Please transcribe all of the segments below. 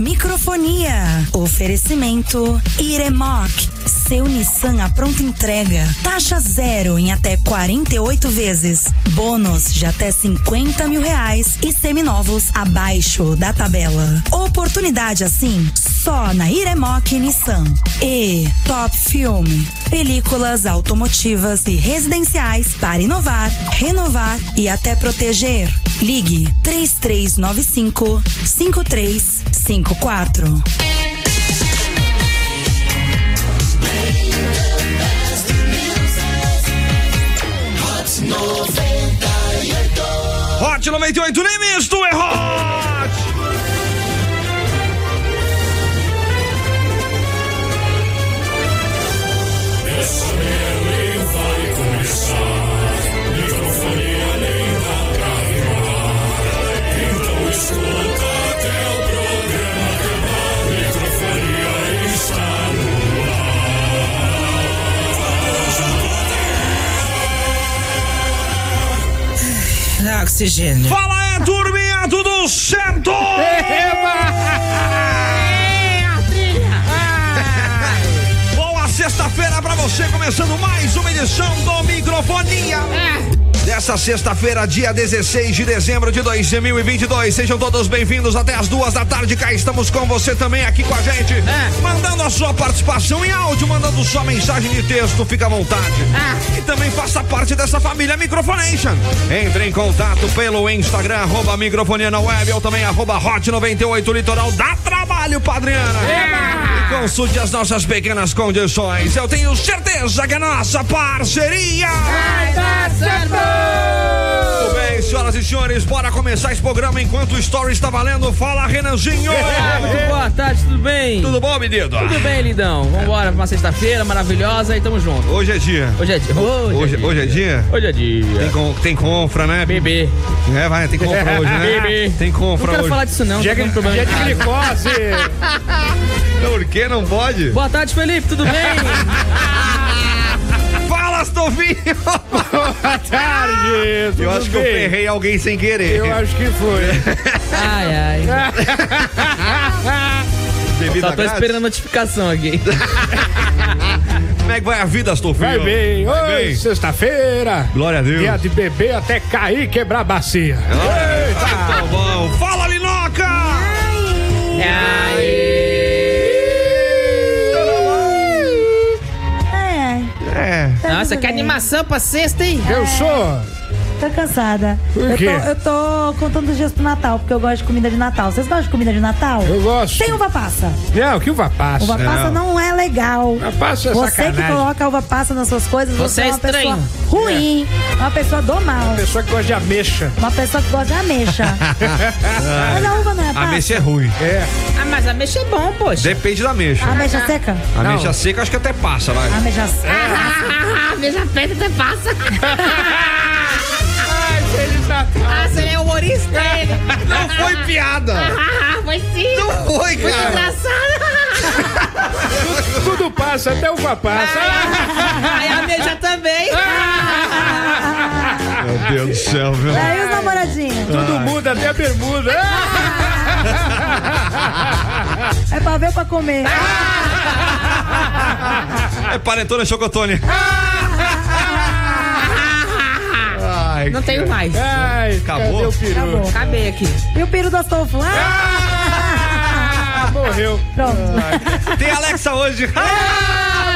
Microfonia. Oferecimento Iremoc. Seu Nissan à pronta entrega. Taxa zero em até 48 vezes. Bônus de até 50 mil reais e seminovos abaixo da tabela. Oportunidade assim só na Iremoc Nissan. E Top Filme. Películas automotivas e residenciais para inovar, renovar e até proteger. Ligue 3395 5354. Hot 98, nem misto, é hot! Dá oxigênio. Fala é turminha, tudo certo? Boa sexta-feira pra você, começando mais uma edição do Microfonia. Dessa sexta-feira, dia 16 de dezembro de 2022. Sejam todos bem-vindos até as duas da tarde. Cá estamos com você também aqui com a gente. Mandando a sua participação em áudio, mandando sua mensagem de texto. Fica à vontade. E também faça parte dessa família Microfonation. Entre em contato pelo Instagram, arroba microfonia na web, ou também arroba hot 98 litoral. Dá trabalho, Padriana. E consulte as nossas pequenas condições. Eu tenho certeza que a nossa parceria. Muito bem, senhoras e senhores, bora começar esse programa enquanto o Story está valendo. Fala, Renanzinho! Muito boa tarde, tudo bem? Tudo bom, menino? Tudo bem, lindão. Vambora pra uma sexta-feira maravilhosa e tamo junto. Hoje é dia. Hoje é dia. Hoje- hoje é dia? Hoje é Tem, dia. com, tem confra, né? Bebê. É, vai, tem confra hoje, né? Bebê. Tem Não confra quero hoje. falar disso, não. Tá dando problema em casa. Por que não pode? Boa tarde, Felipe, tudo bem? Fala, Stovinho! tarde! Eu acho que eu ferrei alguém sem querer. Eu acho que foi. Ai, ai. Bebida Só tô grátis? esperando a notificação aqui. Como é que vai a vida, Stovinho? Vai bem. Vai bem. Oi, sexta-feira. Glória a Deus. Dia de beber até cair e quebrar a bacia. Tá bom. Fala, Linoca! É, É. Nossa, que animação pra sexta, hein? Eu sou. tô Tá cansada. Por eu, quê? Tô, eu tô contando os dias pro Natal, porque eu gosto de comida de Natal. Vocês gostam de comida de Natal? Eu gosto. Tem uva passa. Não, que uva passa. Uva passa não é legal. Uva passa é você sacanagem. que coloca uva passa nas suas coisas, Você você, é é uma pessoa estranho. ruim, uma pessoa do mal, É. Pessoa que gosta de ameixa. uma pessoa que gosta de ameixa. Mas a uva não é A passa? mexa é ruim. É. Ah, mas a mexa é bom, poxa. Depende da mexa. Ameixa seca? A mexa seca acho que até passa, vai. É. Ameixa seca. Ah, veja feita até passa. Ai, feliz Natal. Ah, você é humorista, ele. tá Não foi piada! Ah, foi sim. Não foi, Muito cara! engraçado. Tudo passa, até uva passa. Aí a mexa também. Meu Deus do céu, viu? Aí os namoradinhos. Tudo muda, até a bermuda. É pra ver ou pra comer. É panetone chocotone. Ai, Não tenho mais. Ai, Acabou? cadê o peru? Acabou. Acabei aqui. E o peru do Astolfo? Ah, Ah, morreu. pronto. Tem Alexa hoje.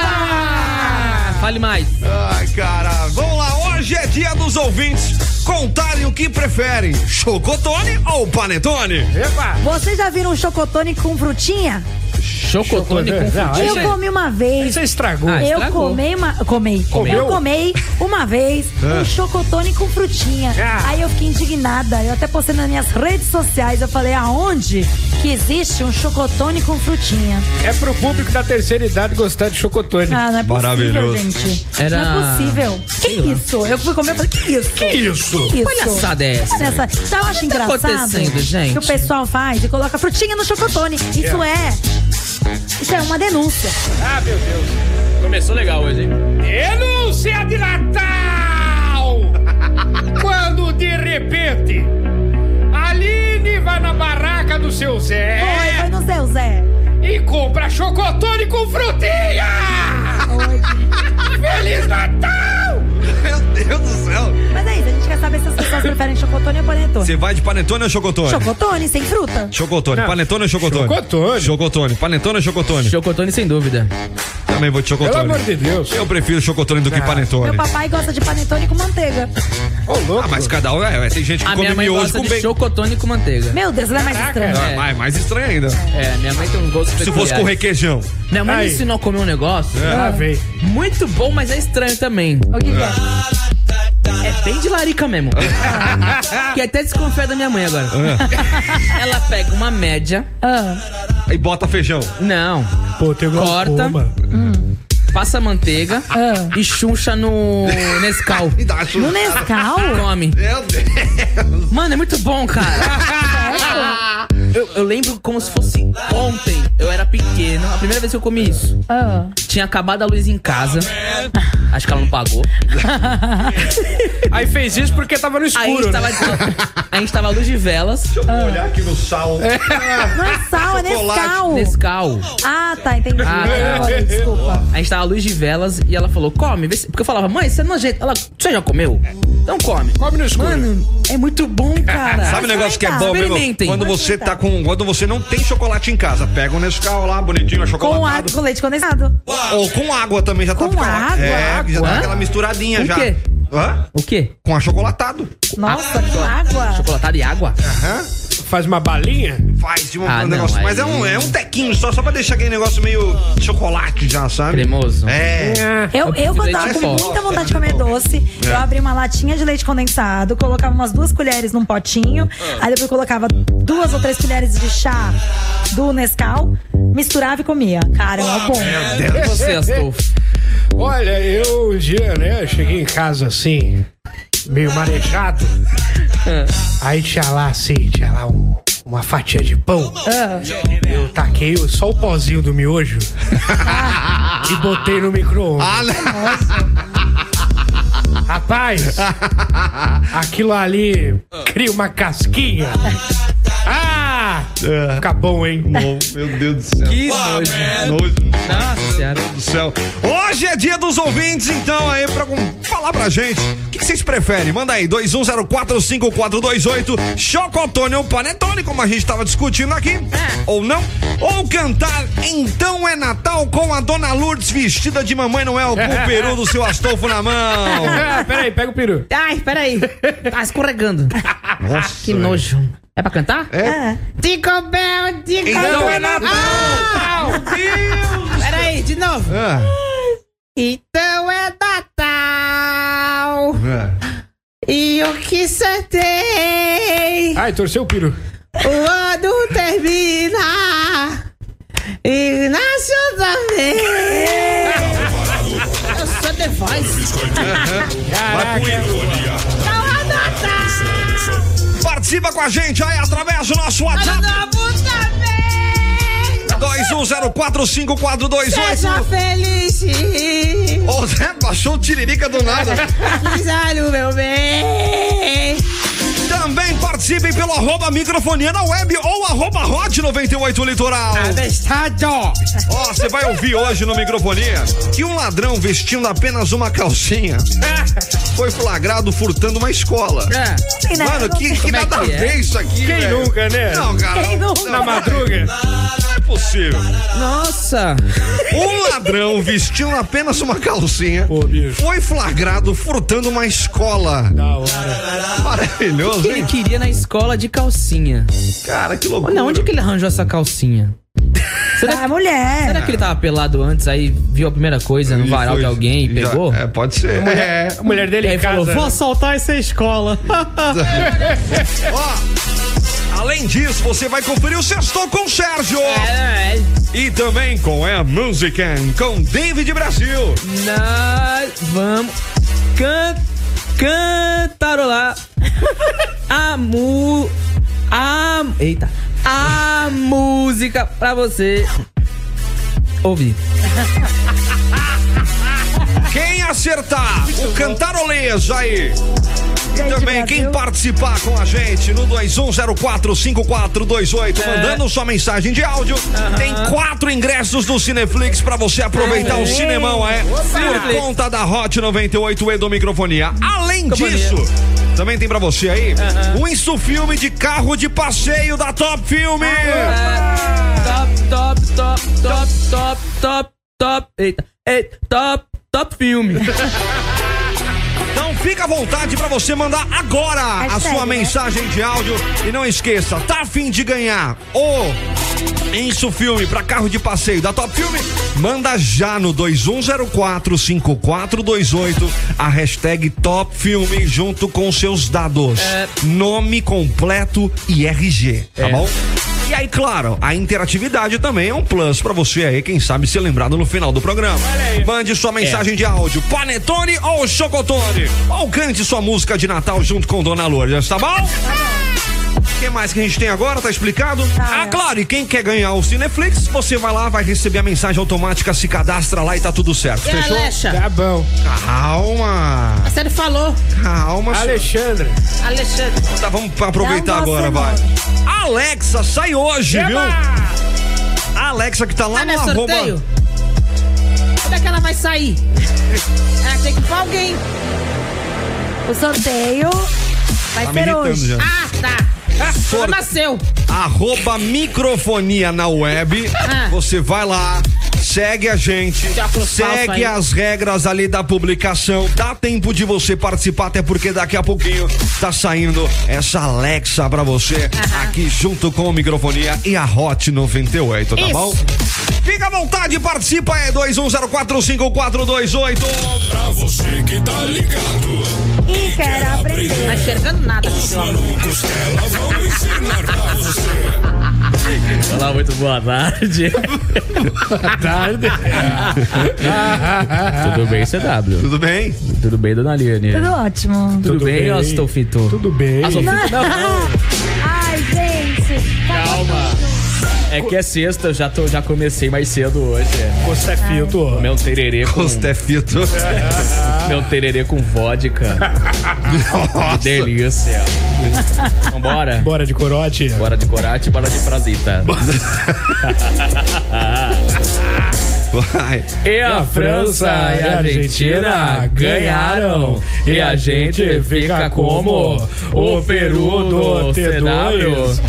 Ah, fale mais. Ai, cara. Vamos lá, hoje é dia dos ouvintes contarem o que preferem: chocotone ou panetone? Epa. Vocês já viram um chocotone com frutinha? Chocotone né? com Não, É, aí Eu frutinha. comi uma vez. Você estragou. Ah, Eu estragou. comei uma. Comei. Comeu? Eu comei uma vez um chocotone com frutinha. É. Ah. Aí eu fiquei indignada. Eu até postei nas minhas redes sociais. Eu falei, aonde que existe um chocotone com frutinha? É pro público da terceira idade gostar de chocotone. Ah, não é possível, Maravilhoso. gente. Não é Era- possível. Que isso? Eu fui comer e falei, que isso? Que Isso. isso? Palhaçada é essa? Nessa... Então eu acho engraçado tá acontecendo, gente? que o pessoal faz e coloca frutinha no chocotone. Isso é. Isso é uma denúncia. Ah, meu Deus. Começou legal hoje, hein? Denúncia de Natal! Quando de repente, Aline vai na barraca do seu Zé. Foi, foi no seu quiser. E compra chocotone com frutinha! Feliz Natal! Meu Deus do céu. Mas é isso, a gente quer saber se as pessoas preferem chocotone ou panetone. Você vai de panetone ou chocotone? Chocotone sem fruta? Chocotone, Não. panetone ou chocotone? Chocotone. Chocotone, panetone ou chocotone? Chocotone sem dúvida. Também vou de Pelo chocotone. amor de Deus. Eu prefiro chocotone do que panetone. Meu papai gosta de panetone com manteiga. Ô, louco. Ah, mas cada um é, tem gente que A minha come mãe miojo gosta com de bacon. chocotone com manteiga. Meu Deus, ela é mais estranha. Ah, É. mais- mais estranho ainda. É, minha mãe tem um gosto Se peculiar. fosse com requeijão. Minha mãe me Aí. ensinou a comer É um negócio É, Ah, véi. muito bom, mas é estranho também. O que que é? É bem de larica mesmo. que é até desconfia da minha mãe agora. Ela pega uma média, Ah, É. E bota feijão. não, Pô, tem Corta. glaucoma. Hum. passa manteiga ah. e chuncha no Nescau. E dá É. chu- No Nescau? Come. Meu Deus. Mano, é muito bom, cara. Eu, eu lembro como se fosse ontem. Eu era pequeno. A primeira vez que eu comi isso. Ah. Tinha acabado a luz em casa. Acho que ela não pagou. Aí fez isso porque tava no Aí a escuro. gente tava, né? a gente tava à luz de velas. Deixa eu olhar aqui no sal. Ah. Não é sal, é Chocolate. Nescau. Nescau. Ah, tá, entendi. Ah, tá. Agora, desculpa. A gente tava à luz de velas e ela falou, come. vê se-" Porque eu falava, mãe, você não ajeita. Ela, você já comeu? Então come. Come no escuro. Mano, é muito bom, cara. Sabe o negócio que é bom, meu? Experimentem. Quando você tá com. Quando você não tem chocolate em casa, pega um Nescau lá, bonitinho, Com água, achocolatado. com leite condensado. Ou com água também, já tá Com ficando- água? É, já dá Hã? aquela misturadinha Com já. quê? Hã? O quê? Com achocolatado. Nossa, que água. Chocolatada e água? Hã? Faz uma balinha? Faz de um um Ah, não, negócio. Mas aí- é um, é um tequinho só, só pra deixar aquele negócio meio chocolate já, sabe? Cremoso. É. Eu, eu quando tava com Leite é bom. muita vontade de comer doce, eu abri uma latinha de leite condensado, colocava umas duas colheres num potinho, Ah. aí depois colocava duas ou três colheres de chá do Nescau, misturava e comia. Cara, é uma bomba. Meu Deus. Você, Astolfo. Olha, eu um dia, né, cheguei em casa assim, meio marejado. Ah. Aí tinha lá assim, tinha lá um- uma fatia de pão. Ah. Eu taquei o- só o pozinho do miojo e botei no micro-ondas. Ah, não. Rapaz, aquilo ali cria uma casquinha. Ah! É. Fica bom, hein? Meu Deus do céu. Que nojo. nojo. Nossa senhora. do céu. Hoje é dia dos ouvintes, então, aí, pra com- falar pra gente. O que que vocês preferem? Manda aí, 21045428, Chocotone ou Panetone, como a gente tava discutindo aqui, É. ou não. Ou cantar Então é Natal com a Dona Lourdes vestida de Mamãe Noel com o peru do seu Astolfo na mão. Ah, peraí, pega o peru. Ai, peraí. Tá escorregando. Nossa, Que nojo. É pra cantar? Ah, Tico Bell, Tico Então é Bell. Natal. Peraí, de novo. Ah, Então é é. Natal. ah. E o que você tem? Ai, torceu o peru. O ano termina. E nasce outra vez. Eu sou The Voice. Vai com ele. Então é Natal. Participa com a gente aí através do nosso WhatsApp. um Novo também. 21045428. Seja feliz. Ô Zé, baixou o tiririca do nada. Quiser o meu bem. Também participem pelo arroba microfonia na web ou arroba hot 98 litoral. Avestado! Ó, você vai ouvir hoje no microfonia que um ladrão vestindo apenas uma calcinha foi flagrado furtando uma escola. É. não sei, né? Mano, Não que, sei. que Como é nada a que é? ver isso aqui, Quem velho. nunca, né? Não, cara. Quem nunca? Na madruga? Não é possível. Nossa. Um ladrão vestindo apenas uma calcinha Pô, bicho. foi flagrado furtando uma escola. Da hora. O Maravilhoso, que ele hein? queria na escola de calcinha? Cara, que loucura. Olha, onde que ele arranjou essa calcinha? Ah, mulher. É. Será que ele tá tava pelado antes, aí viu a primeira coisa no Ele varal foi- de alguém e já- pegou? É, pode ser. É. A mulher E dele aí em casa. falou, vou assaltar essa escola. Ó, além disso, você vai conferir o Sextou com o Sérgio. E também com a música com David Brasil. Nós vamos can cantarolar a mu a eita a música pra você ouvir. Quem acertar o cantarolês aí. E Gente, também quem Brasil. participar com a gente no 21045428, mandando sua mensagem de áudio, tem quatro ingressos do Cineflix pra você aproveitar o cinemão, é? Por Cineflix. conta da Hot 98 e do microfonia. Além Companhia. disso, também tem pra você aí o Insufilme de carro de passeio da Top Filme. Top, top, top, top, top, top, top. Eita, é, eita, top, top filme. Então fica à vontade pra você mandar agora a Hashtag, sua né? mensagem de áudio. E não esqueça, tá a fim de ganhar o Enso Filme pra carro de passeio da Top Filme? Manda já no 21045428 a hashtag Top Filme junto com seus dados. Nome completo e RG, É. É. tá bom? E aí, claro, a interatividade também é um plus pra você aí, quem sabe ser lembrado no final do programa. Mande sua mensagem de áudio, panetone ou chocotone. Ou cante sua música de Natal junto com Dona Lourdes, tá bom? O que mais que a gente tem agora? Tá explicado? Ah, claro, e quem quer ganhar o Cineflix, você vai lá, vai receber a mensagem automática, se cadastra lá e tá tudo certo. Fechou? Alexa, Tá bom. Calma, você não falou. calma, senhor. Alexandre. Alexandre. Tá, vamos pra aproveitar Dá um agora, vai. você Alexa, sai hoje, viu? A Alexa que tá lá Ah, no não é arroba. sorteio? Quando é que ela vai sair? Ah, tem que ir pra alguém. O sorteio vai Tá me ser irritando hoje. já. Ah, tá. Sorte. Ela nasceu. Arroba microfonia na web. Ah. Você vai lá, segue a gente, Já com falso segue aí. as regras ali da publicação. Dá tempo de você participar, até porque daqui a pouquinho tá saindo essa Alexa pra você aqui junto com o microfonia e a Hot 98, tá Isso. bom? Fica à vontade, participa, é 21045428. Pra você que tá ligado, E quero aprender. Não tá enxergando nada. malucos dela vão ensinar pra você. Olá, muito boa tarde. Tarde. Tudo bem, CW? Tudo bem? Tudo bem, Dona Liane? Tudo ótimo. Tudo, Tudo bem, bem. bem, Astolfito? Tudo bem. Astolfito, não, não. Ai, gente. tá Calma. É que é sexta, eu já, tô, já comecei mais cedo hoje. Ah. Você é fito. Meu tererê com, Costefito. meu tererê com vodka. Nossa. Delícia. Vambora? Bora de corote. Bora de corate, bora de frasita. Vai. E a França e a Argentina ganharam. E a gente fica como o Peru do T2.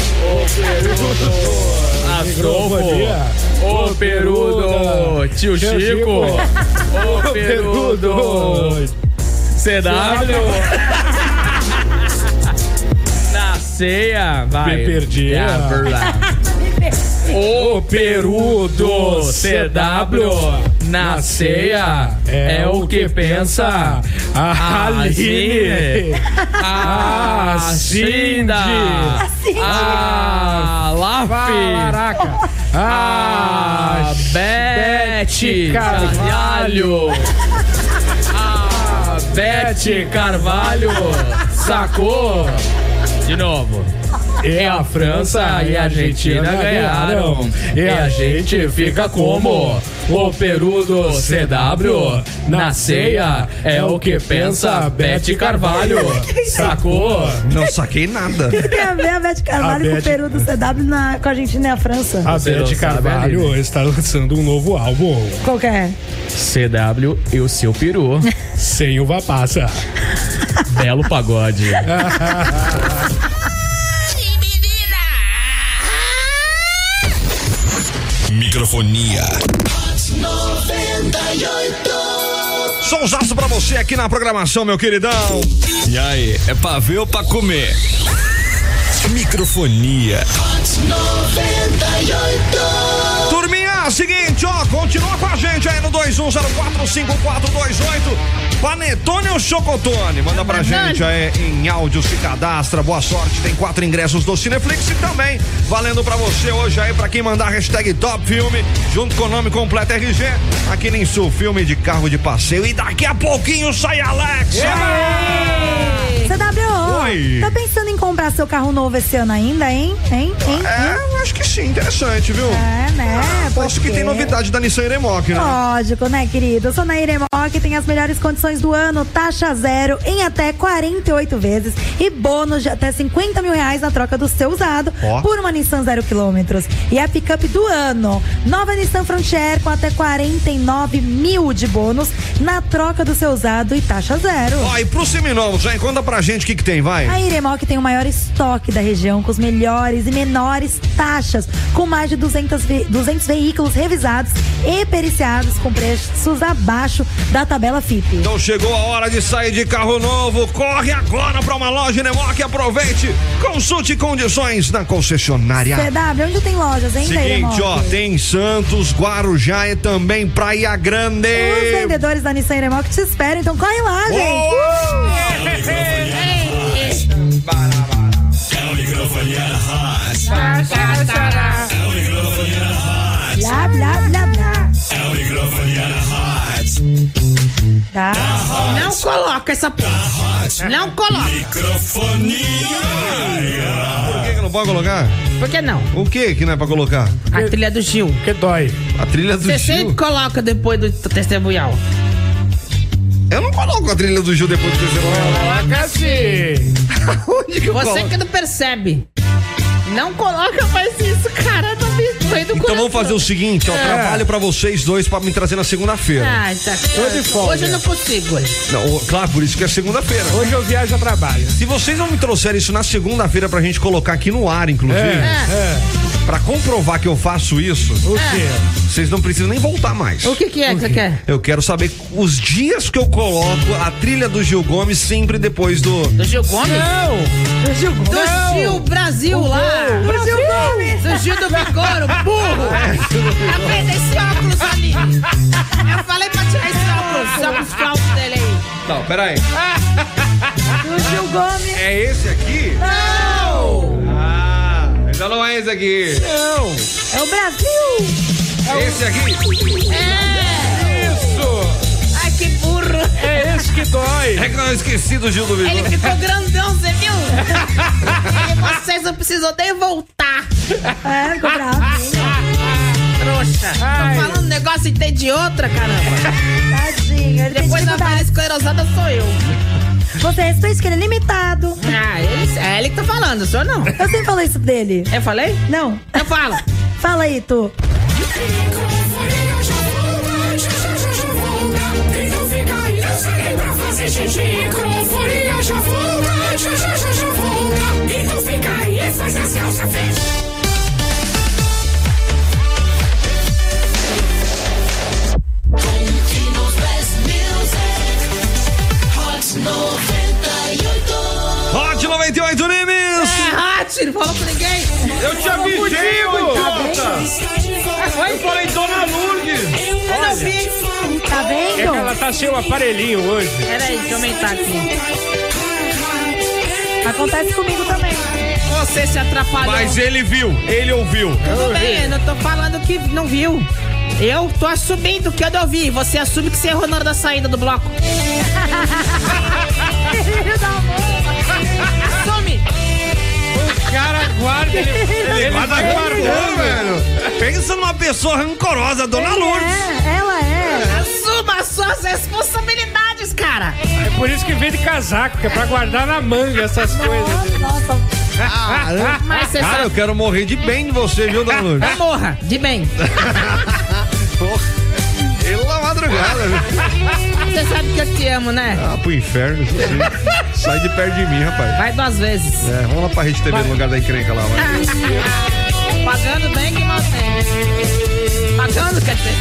Microfonia. Astolfo, o perudo, tio Tio Chico, o Peru perudo, do- CW. Na ceia, vai. Me perdi. É a verdade. O peru do CW na ceia é o que pensa a Aline. a Cinda, a Ah, Laf, Caraca. a Ah, Bete Carvalho, a Bete Carvalho, sacou? De novo. é A França e a Argentina ganharam. É E a gente fica como o Peru do CW. Na ceia é o que pensa Bete Carvalho. Sacou? Não saquei nada. Tem a ver a Beth A Carvalho com Beth- o Peru do CW na, com a Argentina e a França. A Você não Beth sabe, Carvalho Aline. está lançando um novo álbum Qual que é? CW e o seu peru. sem uva passa. É. Belo pagode. Microfonia. Sonsaço pra você aqui na programação, meu queridão. E aí, é pra ver ou pra comer? Microfonia. Turminha, seguinte, ó, continua com a gente aí no 21045428. Panetone ou Chocotone? Manda pra gente aí em áudio, se cadastra, boa sorte. Tem quatro ingressos do Cineflix e também valendo pra você hoje aí, pra quem mandar a hashtag Top Filme, junto com o nome completo RG, aqui no Insul Filme de Carro de Passeio. E daqui a pouquinho sai Alexa! hein? CW, Oi. tá pensando em comprar seu carro novo esse ano ainda, hein? Hein? Hein? É, eu acho que sim, interessante, viu? É, né? Acho que Porque- tem novidade da Nissan Iremoc, né? Lógico, né, querido? Eu sou na Iremoc, tem as melhores condições do ano, taxa zero em até 48 vezes e bônus de até 50 mil reais na troca do seu usado Ó. por uma Nissan zero quilômetros. E é a picape do ano. Nova Nissan Frontier com até 49 mil de bônus na troca do seu usado e taxa zero. Ó, e pro Seminovos, hein? Conta pra gente o que que tem, vai. A Iremoc tem o maior estoque da região, com os melhores e menores taxas, com mais de 200, ve- 200 veículos revisados e periciados com preços abaixo da tabela FIP. Então chegou a hora de sair de carro novo. Corre agora pra uma loja Iremoc e aproveite. Consulte condições na concessionária. CW, onde tem lojas, hein, da Seguinte, Iremoc? ó, tem Santos, Guarujá e também Praia Grande. Os vendedores da Nissan Iremoc te esperam, então corre lá, gente! Blá, blá, blá, blá. Tá? Não coloca essa Tá porra. Não coloca. Por que, que não pode colocar? Por que não? O que que não é pra colocar? A trilha do Gil. Porque dói. A trilha do Você Gil. sempre coloca depois do t- testemunhal. Eu não coloco a trilha do Gil depois do terceiro. Coloca assim. sim. Onde que eu Você coloco? que não percebe. Não coloca mais isso, cara. Tá me doendo o Então coração. É. vamos fazer o seguinte, ó, trabalho pra vocês dois pra me trazer na segunda-feira. Ah, tá. Tô de folga. Hoje eu não consigo. hoje. Não, ó, claro, por isso que é segunda-feira. Hoje eu viajo a trabalho. Se vocês não me trouxerem isso na segunda-feira pra gente colocar aqui no ar, inclusive, É, é. pra comprovar que eu faço isso, O quê? vocês não precisam nem voltar mais. O que, que é que você quer? Eu quero saber os dias que eu coloco a trilha do Gil Gomes sempre depois do. Do Gil Gomes? Não! Do Gil Brasil lá! Do Gil Gomes! Do Gil do Vigoro, burro! É Tá vendo esse óculos ali? Eu falei pra tirar esse óculos, esse óculos falso dele aí. Não, peraí. O Gil Gomes. É esse aqui? Não! Ah, então não é esse aqui. É o Brasil! Esse aqui É! Isso! Ai, que burro! É esse que dói! é que não eu esqueci do Gil do Vigor. Ele ficou grandão, você viu? E vocês não precisam nem voltar, É, ficou bravo. trouxa! Ai. Tô falando um negócio e tem de outra, caramba! Tadinho, ele tem Depois da dificuldade. vara esclerosada sou eu. Você respeita que ele é limitado. Ah, ele, é ele que tá falando, o senhor não. Eu sempre falo isso dele. Eu falei? Não, Eu falo! fala aí, tu. Hot 98 Nimes! É hot, não falou pra ninguém. então. Eu te avisei, idiota! É, Eu falei Dona Lourdes! Eu não vi. Tá É que vendo? ela tá sem o aparelhinho hoje. Peraí, deixa eu aumentar aqui. Acontece comigo também. Você se atrapalhou. Mas ele viu, ele ouviu. Tudo bem, eu não tô falando que não viu. Eu tô assumindo que eu não vi. Você assume que você errou na hora da saída do bloco. Filho da mãe. Assume! O cara guarda ele. ele Guarda guardou, né, velho. Pensa numa pessoa rancorosa, Dona Lourdes. É, ela é. Assuma as suas responsabilidades, cara! É por isso que vem de casaco, que é pra guardar na manga essas coisas. Nossa, Mas você Cara, eu quero morrer de bem de você, viu, Dona Lourdes? sabe. Morra, de bem. Ele na madrugada, viu? Você sabe que eu te amo, né? Ah, pro inferno. isso aí. Sai de perto de mim, rapaz. Vai duas vezes. É, vamos lá pra Rede TV no lugar da encrenca lá, vai. Pagando bem que mal tem. Pagando, quer dizer.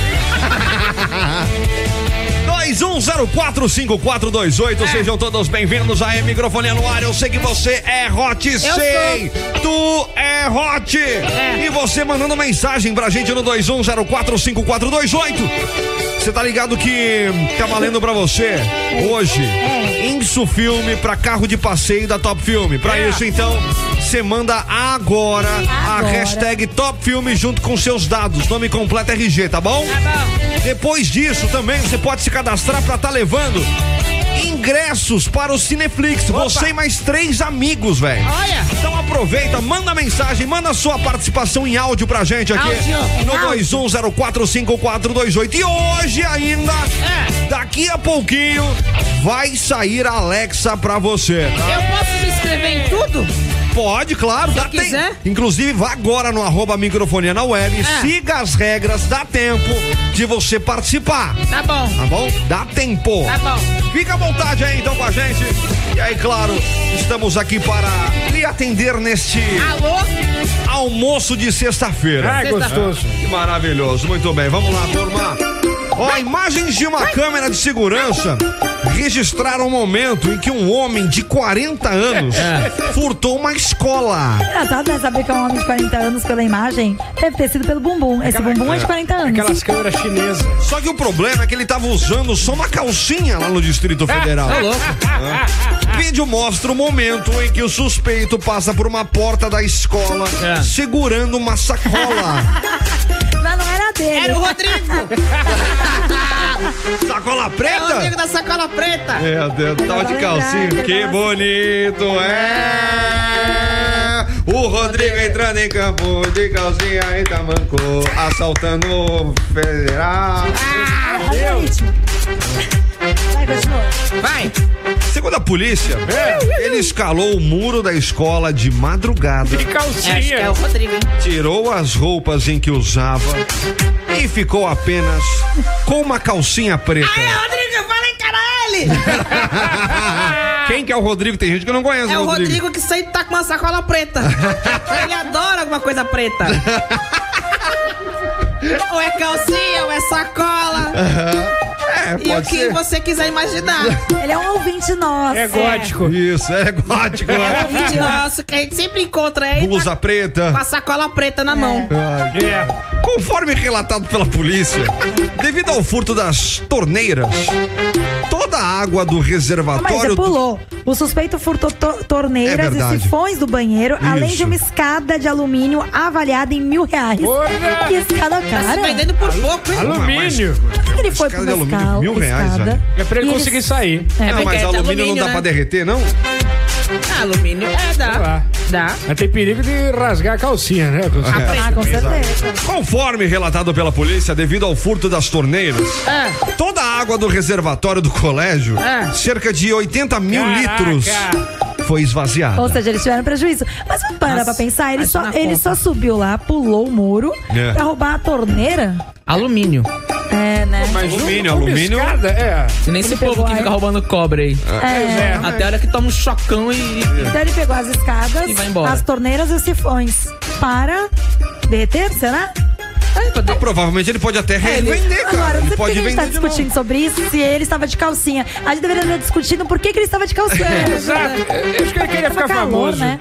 21045428, sejam todos bem-vindos a Microfone no Ar. Eu sei que você é hot, sei. Tu é hot. E você mandando mensagem pra gente no 21045428. Você tá ligado que tá valendo pra você hoje Insu Filme pra carro de passeio da Top Filme. Pra isso, então, você manda agora, a Agora. hashtag Top Filme junto com seus dados, nome completo é RG, Tá Tá bom. Depois disso também você pode se cadastrar para estar tá levando ingressos para o Cineflix. Você e mais três amigos, velho. Olha. Então aproveita, manda mensagem, manda sua participação em áudio pra gente aqui Áudio. no 21045428. E hoje ainda, É. daqui a pouquinho, vai sair a Alexa pra você. Eu posso me inscrever em tudo? Pode, claro, dá quiser. tempo. Inclusive, vá agora no arroba microfonia na web, É. siga as regras, dá tempo de você participar. Tá bom. Tá bom? Dá tempo. Tá bom. Fica à vontade aí então com a gente. E aí, claro, estamos aqui para lhe atender neste Alô? almoço de sexta-feira. Ai, gostoso. Que maravilhoso. Muito bem, vamos lá, turma. Ó, imagens de uma câmera de segurança registraram um momento em que um homem de 40 anos É. furtou uma escola. Engraçado, né? Saber que é um homem de 40 anos pela imagem. Deve ter sido pelo bumbum. Esse bumbum é de 40 anos. Aquelas câmeras chinesas. Só que o problema é que ele tava usando só uma calcinha lá no Distrito É, Federal. tá O vídeo mostra o momento em que o suspeito passa por uma porta da escola É. segurando uma sacola. Mas não era dele. Era o Rodrigo. sacola É o Rodrigo preta? É. da sacola preta. Meu Deus, tava tá de calcinha. Que bonito é! O Rodrigo entrando em campo de calcinha em tamanco, assaltando o federal. Olha o ritmo. Vai, continua. Vai. Segundo a polícia, ele escalou o muro da escola de madrugada. Que É, acho que é o calcinha. Rodrigo, hein? tirou as roupas em que usava e ficou apenas com uma calcinha preta. É o Rodrigo, eu falei, caralho! Quem que é o Rodrigo? Tem gente que não conhece É o o Rodrigo. Rodrigo que sempre tá com uma sacola preta. Ele adora alguma coisa preta. Ou é calcinha, ou é sacola. É, E o pode que ser. você quiser imaginar. Ele é um ouvinte nosso. É gótico. Isso, é gótico. né? um Ouvinte nosso, que a gente sempre encontra aí tá Blusa preta. com a sacola preta na mão. É. Ah, Conforme relatado pela polícia, devido ao furto das torneiras, toda a água do Mas reservatório. você pulou. O suspeito furtou to- É torneiras verdade. e sifões do banheiro, além Isso. de uma escada de alumínio avaliada em mil reais. Olha! Que escada Tá se cara. vendendo por pouco, hein? Alumínio. Por que ele foi pra Escada de uma alumínio, escala, mil reais, escada, velho. É pra ele e conseguir sair. É, Não, porque Ah, mas é de alumínio, não dá né? pra derreter, não? Ah, alumínio. É, dá. Lá. Dá. Mas tem perigo de rasgar a calcinha, né? A Ah, preta. com certeza. Conforme relatado pela polícia, devido ao furto das torneiras, Ah, Toda a água do reservatório do colégio, É. cerca de 80 mil Caraca. litros, foi Ou esvaziada. seja, eles tiveram prejuízo. Mas vamos parar Nossa, pra pensar, ele, mas só, na ele conta. só subiu lá, pulou o muro É. pra roubar a torneira? Alumínio. É, né? Mas Alumínio, uma alumínio. escada, é. Que nem esse pegou povo que aí. fica roubando cobre aí. É. né? É. Até a hora que toma um chocão e. Então ele pegou as escadas, E vai embora. as torneiras e os sifões para derreter, será? Ai, pra Ah, dentro. Provavelmente ele pode até É, ele- revender, cara. Agora, não Ele sei por pode que a gente tá vender de novo. discutindo sobre isso, se ele estava de calcinha. A gente deveria estar discutindo por que, que ele estava de calcinha. Exato. É, Eu acho que ele queria Tava ficar famoso. né?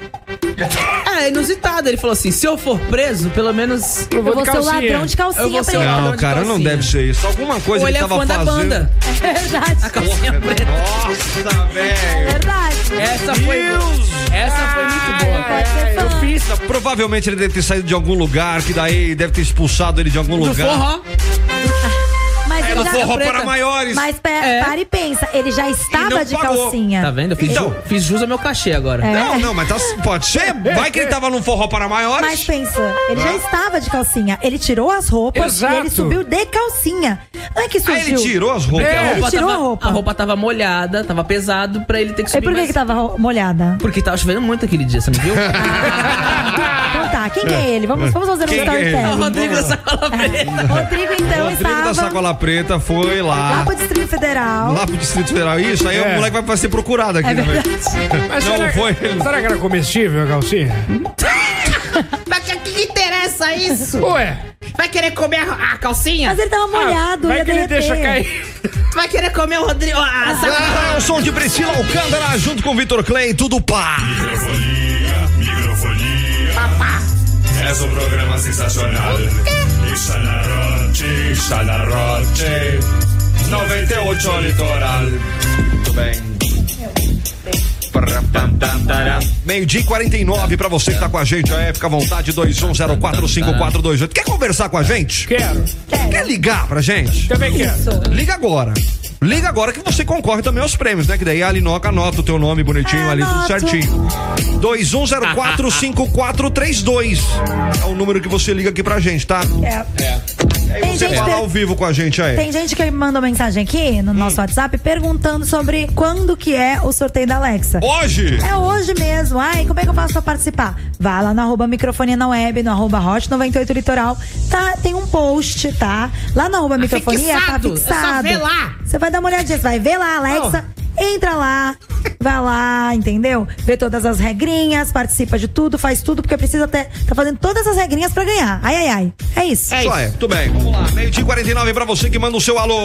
É, inusitado. Ele falou assim: se eu for preso, pelo menos. Eu Eu vou vou de ser o calcinha. ladrão de Eu calcinha vou ser pra o ele. ladrão. Não, cara, não calcinha. deve ser isso. Alguma coisa Ou ele ele é tava fã da fazendo. banda. É verdade. A calcinha preta. Nossa, velho. Verdade. É, Essa foi. Deus. Essa foi muito boa. Pode ser fã. Provavelmente ele deve ter saído de algum lugar, que daí deve ter expulsado ele de algum Do lugar. forró. Mas É ele do já... forró para maiores. Mas pe- para e pensa, ele já E não estava de pagou. calcinha. É. Tá vendo? Eu fiz, Então. ju- fiz jus ao meu cachê agora. É. Não, não, mas tá- pode É. ser. Vai que ele tava num forró para maiores. Mas pensa, ele Ah. já estava de calcinha. Ele tirou as roupas Exato. e ele subiu de calcinha. Não é que Aí surgiu. Ah, ele tirou as roupas. É. Ele tirou tava, a roupa. tava molhada, tava pesado pra ele ter que E subir. por que mais- que tava ro- molhada? Porque tava chovendo muito aquele dia, você não viu? Então tá, quem que é ele? Vamos, vamos fazer um Quem que é ele? É o storytelling. É. Rodrigo da Sacola Rodrigo, Preta. então, Rodrigo da estava Sacola Preta foi lá lá. pro Distrito Federal. Lá pro Distrito Federal. Isso, aí o É. moleque vai ser procurado aqui também. Mas É Não, será, foi. será que era comestível a calcinha? Mas que, que interessa isso? Ué, Ah, Vai querer comer a, a calcinha? Mas ele tava molhado, né, vai ia que ele derreter. deixa cair. Vai querer comer o Rodrigo? a- a sacola- Ah, o som de Priscila Alcântara junto com Vitor Clay, tudo pá. Microfonia, microfonia. Es é um un programa sensacional. Está la roche, está la roche. 98 litoral. Meio-dia e 49 pra você que tá com a gente. É, fica à vontade, 21045428. Quer conversar com a gente? Quero. Quer ligar pra gente? Também quero. Liga agora. Liga agora que você concorre também aos prêmios, né? Que daí a Alinoca anota o teu nome bonitinho ali, tudo Anoto. certinho. 21045432 é o número que você liga aqui pra gente, tá? É. Aí Tem você gente fala per- ao vivo com a gente aí. Tem gente que me mandou mensagem aqui no nosso WhatsApp perguntando sobre quando que é o sorteio da Alexa. Hoje! É hoje mesmo. Ai, como é que eu faço pra participar? Vá lá no arroba microfonia na web, no arroba hot 98 litoral. Tá, tem um post, tá? Lá no arroba microfonia tá fixado. É só fixado. ver lá. Oh. Você vai dar uma olhadinha, você vai ver lá, Alexa. Entra lá, vai lá, entendeu? Vê todas as regrinhas, participa de tudo, faz tudo, porque precisa até. Tá fazendo todas as regrinhas pra ganhar. Ai, ai, ai. É isso. Só é, tudo bem. Vamos lá. Meio dia 49 pra você que manda o seu alô.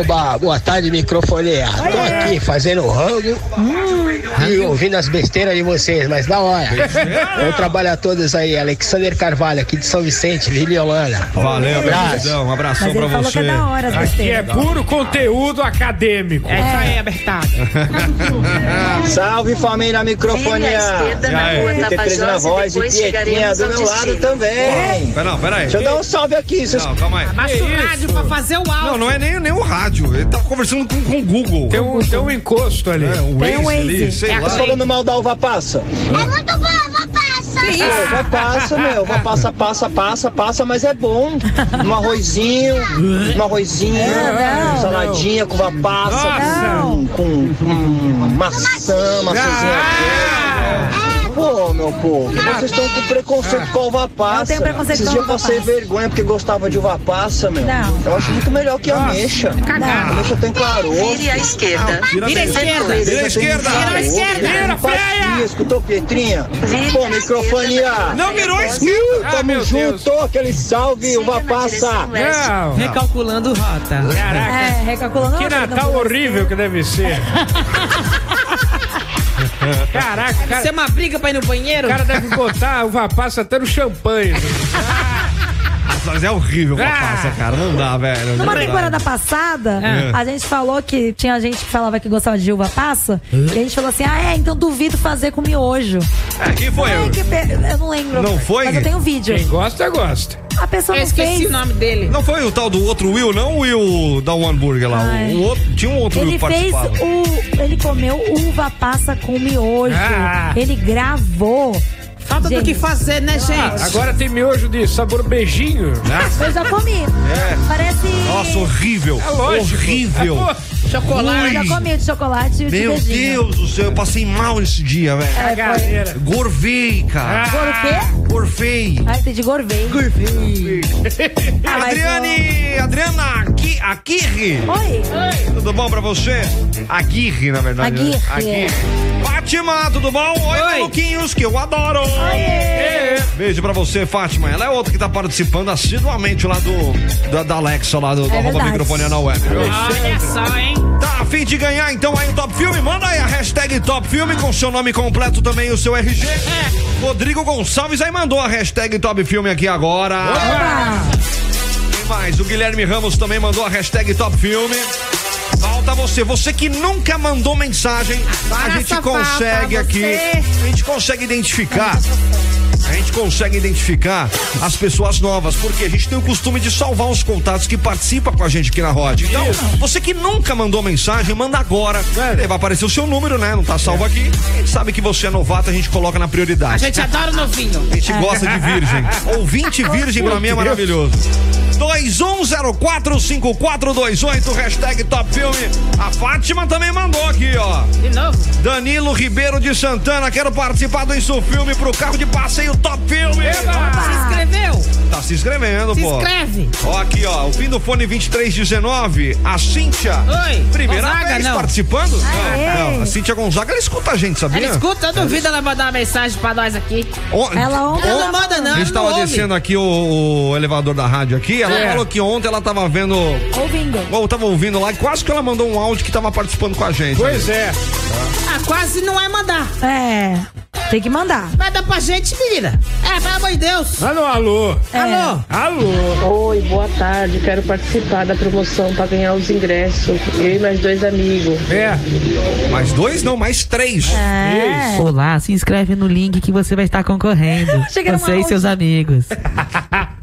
Oba, boa tarde, microfonia. Tô aqui fazendo rango Hum. e ouvindo as besteiras de vocês, mas da hora. Bom trabalho a todos aí. Alexander Carvalho, aqui de São Vicente, Liliolana. Valeu, meu Abraço. queridão. Um Mas abração ele pra falou você. que é da hora, as Aqui é besteiras. puro conteúdo acadêmico. É isso aí, Bertado. Salve família microfonia. tá Teresa na voz e Pietinha do meu lado também. É? Pera, não, pera aí. Deixa eu dar um salve aqui. Vocês Não, calma aí. Baixa o rádio pra fazer o áudio. Não, não é nem, nem o rádio. Ele tá conversando com, com o Google. Tem um, tem um encosto ali. É, o Tem um Waze ali, Waze. sei lá. falando mal da uva passa. É muito bom, vou passar. Que Ah, isso? uva passa, meu. Uva passa, passa, passa, passa, mas é bom. Um arrozinho, um arrozinho, não, uma saladinha com uva passa, Nossa. com, com, com maçã, uma coisinha. Pô, meu povo, vocês estão com preconceito com a uva passa. tenho preconceito Esses com dias uva eu passei passa. vergonha porque gostava de uva passa, meu. Não. Eu acho muito melhor que a ameixa. A ameixa tem claroto. Vire à esquerda. Vira a esquerda. Vira a esquerda. Vira a esquerda. Vira, feia. Faz escutou, Pietrinha? Vira Pô, à microfonia. esquerda. Não virou a esquerda. Ih, Ah, tamo meu junto, aquele salve, Siga uva na passa. direção leste. Não, Recalculando rota. caraca. É, recalculando. Que Nossa, Natal não- É, horrível que deve ser. Caraca, o Isso é cara, uma briga pra ir no banheiro? o cara deve botar uva passa até no champanhe. Mas é horrível o Ah. passa, cara. Não dá, velho. Numa Não é dá. temporada passada, a gente falou que tinha gente que falava que gostava de uva passa. E a gente falou assim: ah, é, então duvido fazer com miojo. É, quem foi? Ai, eu? que pe- Eu não lembro. Não foi? Mas eu tenho vídeo. Quem gosta, gosta. A pessoa Eu não esqueci o fez. nome dele. Não foi o tal do outro Will, não o Will da One Burger lá. Ai. O outro, tinha um outro Will Ele que fez participava. o. Ele comeu uva passa com miojo. Ah. Ele gravou. Falta do Gente. que fazer, né, gente? Agora tem miojo de sabor beijinho. né? Eu já comi. Ah, Parece. tá, né? É. Nossa, horrível. É lógico. Horrível. É, pô, Eu já Ui. comi de chocolate e de Meu beijinho. É, Deus do céu, eu passei mal nesse dia, velho. Caganeira. Gorvei, cara. Agora o quê? Gorvei. Ah, entendi, gorvei. Ah, mas Adriane, Adriana Aqui, Aguirre. eu- Oi. Tudo bom pra você? Aguirre, na verdade. né? Aguirre. Fátima, tudo bom? Oi, Oi. maluquinhos, que eu adoro. Beijo pra você, Fátima. Ela é outra que tá participando assiduamente lá do da, da Alexa, lá do, do arroba É verdade. microfone na web. viu? Olha só, hein? Tá a fim de ganhar então aí o Top Filme? Manda aí a hashtag Top Filme com seu nome completo também e o seu RG. Rodrigo Gonçalves aí mandou a hashtag Top Filme aqui agora. Tem mais, o Guilherme Ramos também mandou a hashtag Top Filme. Falta você, você que nunca mandou mensagem, a Agora gente só consegue falta aqui, você. a gente consegue identificar. A gente consegue identificar as pessoas novas, porque a gente tem o costume de salvar os contatos que participam com a gente aqui na Rod. Então, você que nunca mandou mensagem, manda agora. É, Vai aparecer o seu número, né? Não tá salvo aqui. A gente sabe que você é novato, a gente coloca na É. A prioridade. gente adora o novinho. A gente gosta de virgem. Ouvinte virgem pra mim é maravilhoso. 21045428, hashtag Top Filme. A Fátima também mandou aqui, ó. De novo? Danilo Ribeiro de Santana, quero participar do Isso Filme pro carro de passeio Top Filme. Se inscreveu? Tá se inscrevendo, Se pô. inscreve. Ó, aqui, ó, o fim do fone 2319, a Cíntia. Oi, Tá. Primeira Gonzaga, vez não. participando? Ah, tá. Aê. Não, não, a Cíntia Gonzaga, ela escuta a gente, sabia? Ela escuta, eu duvido ela mandar uma mensagem pra nós aqui. O- Ela ontem. Ela não manda, não. A gente não tava ouve. descendo aqui o, o elevador da rádio aqui, ela É. falou que ontem ela tava vendo, Ouvindo. ou tava ouvindo lá, quase que ela mandou um áudio que tava participando com a gente. Pois é. Ah, quase não é mandar. É. Tem que mandar. Manda pra gente, menina. É, pelo amor de Deus. É. Lá no alô. Alô? Alô. Oi, boa tarde. Quero participar da promoção para ganhar os ingressos. Eu e mais dois amigos. É. Mais dois, não, mais três. É. É. Isso. Olá, se inscreve no link que você vai estar concorrendo. Achei que era uma Você e seus amigos.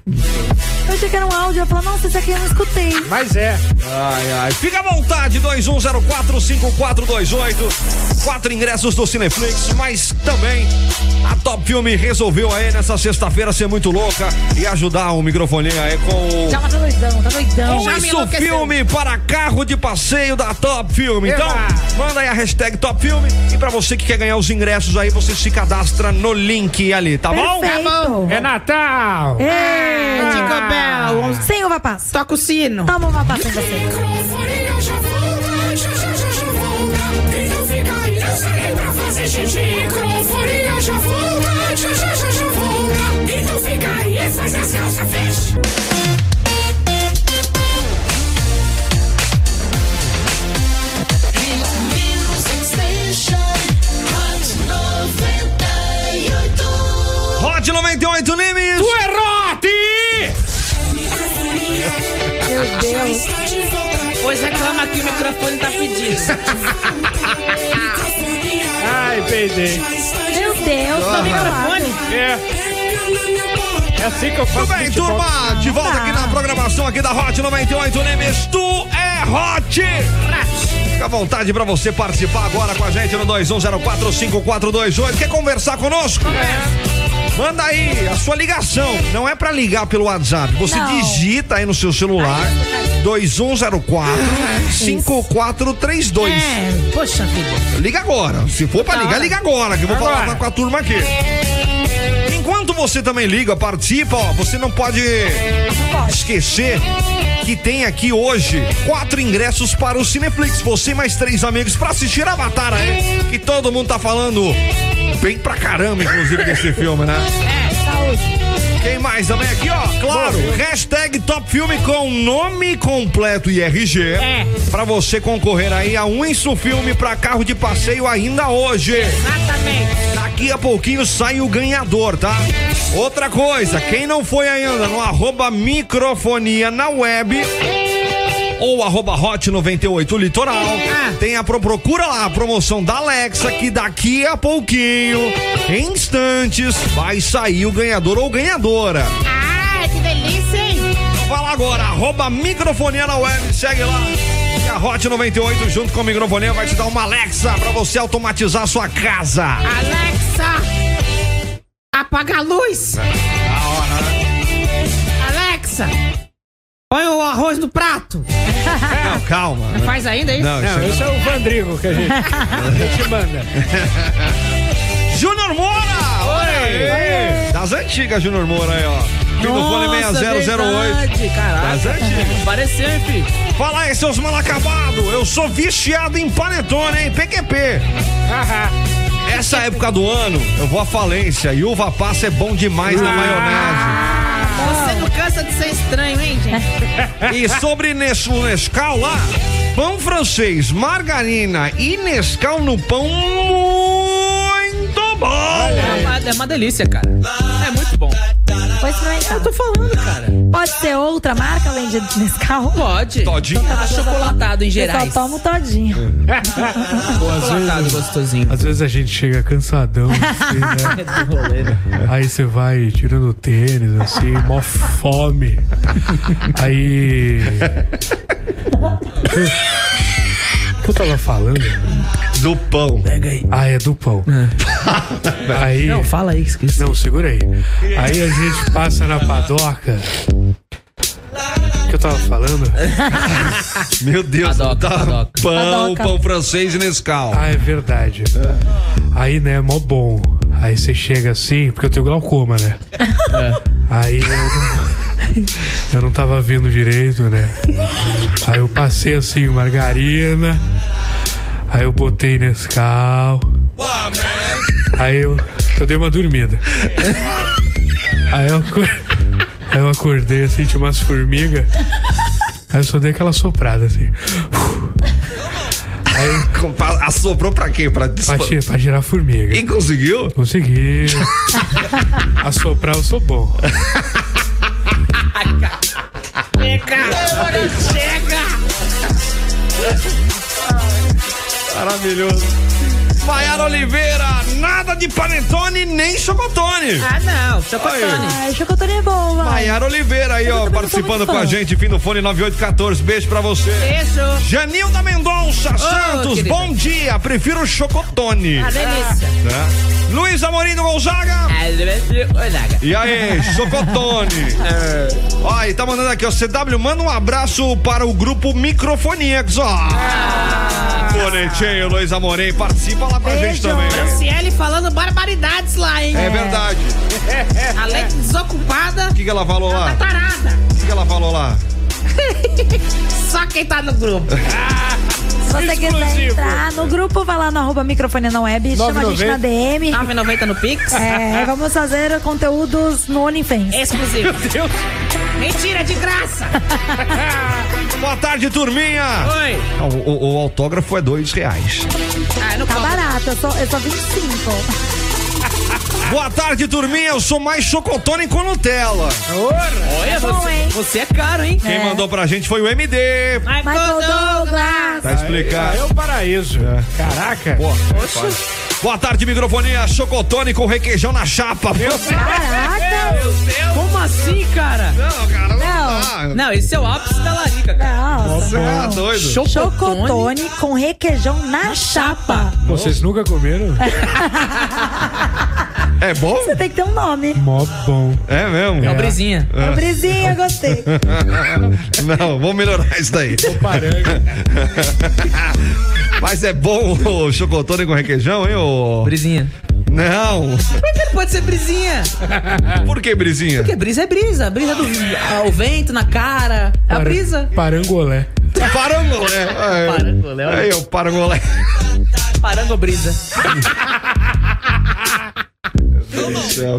Eu achei chegar um áudio, ela fala, nossa, isso aqui eu não escutei. Mas é. Ai, ai. Fica à vontade, 21045428. Quatro ingressos do Cineflix, mas também a Top Filme resolveu aí nessa sexta-feira ser muito louca e ajudar o microfone aí com. Calma, tá doidão, tá doidão. Com Então, isso, filme para carro de passeio da Top Filme. Então, manda aí a hashtag Top Filme. E pra você que quer ganhar os ingressos aí, você se cadastra no link ali, tá bom? Perfeito. Tá bom. É Natal! É, Jingle Bell. Sem uva passa. Ah. Toca o sino. Toma uva passa então. em você. Microfonia já volta, já já já já volta. Quem não fica aí, eu saí pra fazer xixi. Microfonia já volta, já já já já volta. Quem não fica aí, faz as calças, fecha. Hot 98 Nimes! Tu é errote! Meu Deus. Pois reclama que o microfone tá pedindo. Ai, peidei. Meu Deus, tô microfone. É. É assim que eu faço Tudo bem, futebol. turma? De volta aqui na programação aqui da Hot 98 Nemes. né, Tu é Hot! Fica à vontade pra você participar agora com a gente no 21045428. Quer conversar conosco? Manda aí a sua ligação. Não é pra ligar pelo WhatsApp. Você Não. digita aí no seu celular 2104 5432. É, poxa vida. Liga agora. Se for pra ligar, liga agora, que eu vou Agora. falar com a turma aqui. Enquanto você também liga, participa, ó, você não pode esquecer que tem aqui hoje quatro ingressos para o Cineflix. Você e mais três amigos pra assistir Avatar aí, que todo mundo tá falando bem pra caramba, inclusive, desse filme, né? Quem mais também aqui, ó? Claro, hashtag Top Filme com nome completo e RG. É. Pra você concorrer aí a um insufilme pra carro de passeio ainda hoje. Exatamente. Daqui a pouquinho sai o ganhador, tá? Outra coisa, quem não foi ainda no arroba microfonia na web ou arroba hot 98 litoral, tem a pro- procura lá a promoção da Alexa que daqui a pouquinho, em instantes, vai sair o ganhador ou ganhadora. Ah, que delícia, hein? Fala agora, arroba microfonia na web, segue lá. E a Hot 98 junto com a microfonia vai te dar uma Alexa pra você automatizar a sua casa. Alexa, apaga a luz. Alexa, põe o arroz no prato. É. Não, calma. Faz ainda isso? Não, isso Não, esse é o Vandrigo que a gente, a gente manda. Júnior Moura! Oi! Das antigas, Júnior Moura aí, ó. Microfone Nossa, 6008. verdade, Caraca. Das antigas. Apareceu, hein, filho? Fala aí, seus mal acabados. Eu sou viciado em panetone, hein? PQP. Essa época do ano, eu vou à falência. E uva passa é bom demais na Ah. maionese. Você não cansa de ser estranho, hein, gente? E sobre Nes- o Nescau lá, pão francês, margarina e Nescau no pão, muito bom. É uma, é uma delícia, cara. É muito bom. Vou experimentar. Tô falando, cara. Pode ser outra marca além de Nescau? Então Pode. Todinho. Achocolatado em Eu só gerais. tomo todinho. Achocolatado gostosinho. Às vezes a gente chega cansadão, assim, né? Aí você vai tirando o tênis, assim, mó fome. Aí. O que eu tava falando? Do pão. Ah, é do pão. Aí. É. Não, fala aí, esqueci. Não, segura aí. Aí a gente passa na padoca. O que eu tava falando? Meu Deus, Padoca, tá padoca. pão, Padoca. pão francês e Nescau. Ah, é verdade. Aí, né, mó bom. Aí você chega assim, porque eu tenho glaucoma, né? Aí eu não, eu não tava vendo direito, né? Aí eu passei assim, margarina. Aí eu botei Nescau. Aí eu, eu dei uma dormida. Aí eu, acor- aí eu acordei assim, tinha umas formigas. Aí eu só dei aquela soprada assim. Aí Com- pa- Assoprou pra quê? Pra, pra, despa- ti- pra girar formiga. Quem conseguiu? Consegui. Assoprar eu sou bom. Maravilhoso. Maiara Oliveira, nada de panetone nem chocotone. Ah, não, chocotone. Ai, chocotone é bom, vai. Maiara Oliveira aí, ó, participando com a gente. Fim do fone 9814. Beijo pra você. Beijo. Janilda Mendonça Santos, querida. bom dia. Prefiro chocotone. Ah, delícia. Né? Luiz Amorino Gonzaga. Ah, E aí, Chocotone? É. Ó, e tá mandando aqui, ó. CW, manda um abraço para o grupo Microfoniex, ó. Ah. Bonitinho, Luiz Amorim, participa lá pra gente também. né? Franciele falando barbaridades lá, hein? É, verdade. Além de desocupada, tá O que, que ela falou lá? tarada. O que, que ela falou lá? Só quem tá no grupo. Se você quiser entrar no grupo, vai lá no arroba microfone na web, chama a gente na DM. 9,90 no Pix. É, vamos fazer conteúdos no OnlyFans. Exclusivo. Mentira, de graça. Boa tarde, turminha. Oi. O, o- o autógrafo é dois reais. Ah, não Tá como. barato, eu só, eu só 25. Boa tarde, turminha. Eu sou mais chocotone com Nutella. Olha, bom, hein? você, você é caro, hein? Quem mandou pra gente foi o MD. Michael Douglas! Tá explicado. É o paraíso. Caraca. Boa, Boa tarde, microfonia. Chocotone com requeijão na chapa. Meu Caraca! Como assim, cara? Não, cara, não, Não. dá. Não, esse é o ápice da larica, cara. Nossa. Você é doido. Chocotone com requeijão na chapa. Vocês nunca comeram? É bom? Você tem que ter um nome. Mó bom. É mesmo? É o Brizinha. Ah. Brizinha, gostei. Não, vamos melhorar isso daí. Mas é bom o chocotone com requeijão, hein, ô? Brizinha. Não. Por que não pode ser Brizinha? Por que, Brizinha? Porque brisa é brisa. Brisa do ao vento, na cara. É a brisa. Parangolé. Parangolé. É. Parangolé, olha. Aí, o parangolé. Parango brisa.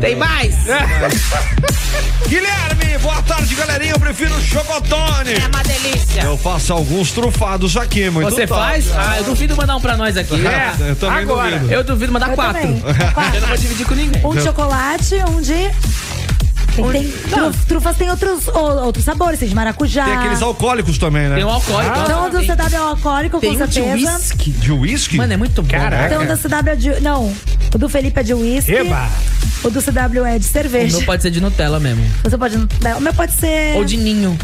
Tem mais? É. Guilherme, boa tarde, galerinha. Eu prefiro chocotone. É uma delícia. Eu faço alguns trufados aqui, é muito Você top. faz? Ah, eu duvido mandar um pra nós aqui. É, eu também Agora. duvido. Eu duvido mandar Eu quatro. também. Eu não vou dividir com ninguém. Um Um de chocolate, um de. Tem, tru- trufas tem outros, ou- outros sabores, tem de maracujá. Tem aqueles alcoólicos também, né? Tem um alcoólico. Então, o do tem, CW é alcoólico, tem com um de certeza. whisky. De uísque? Mano, é muito bom. Caraca. Então, o do CW é de. Não, o do Felipe é de uísque. Eba. O do CW é de O cerveja. meu pode ser de Nutella mesmo. Você pode. né, O meu pode ser. Ou de ninho.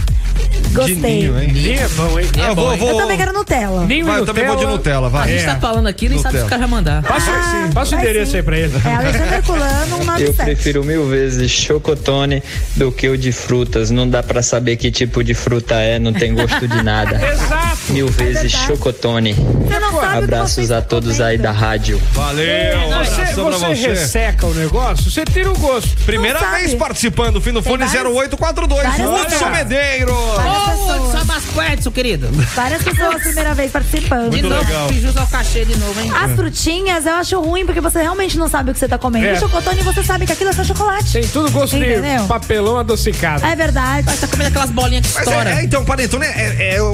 Gostei. Dininho, hein? Nem é bom, hein? Eu vou, hein? vou. Eu também quero Nutella. Nem Vai, eu também vou de Nutella, A vai. gente É. tá falando aqui, nem sabe se os Nutella. caras mandar. Passa, Ah, passa o vai endereço sim. aí pra ele. É Alexandre Culano, Eu 197. prefiro mil vezes chocotone do que o de frutas. Não dá pra saber que tipo de fruta é, não tem gosto de nada. Exato. Mil vezes chocotone. É Você não sabe o que Abraços vocês a todos aí da comendo. rádio. Valeu, um Você, abração pra você você. resseca o negócio, você tira o gosto. Primeira Não sabe. vez participando, fim do fone várias- 0842, várias Hudson pessoas. Medeiros. Várias Ô, pessoas. só das quietos, querido. Várias pessoas, primeira vez participando. De novo, legal. fiz jus Então, ao cachê de novo, hein? As frutinhas eu acho ruim porque você realmente não sabe o que você tá comendo. É. E chocotone você sabe que aquilo é só chocolate. Tem tudo gosto de Entendeu? papelão adocicado. É verdade. Tá comendo aquelas bolinhas que Mas é, é, estoura. então, panetone, é, é- o-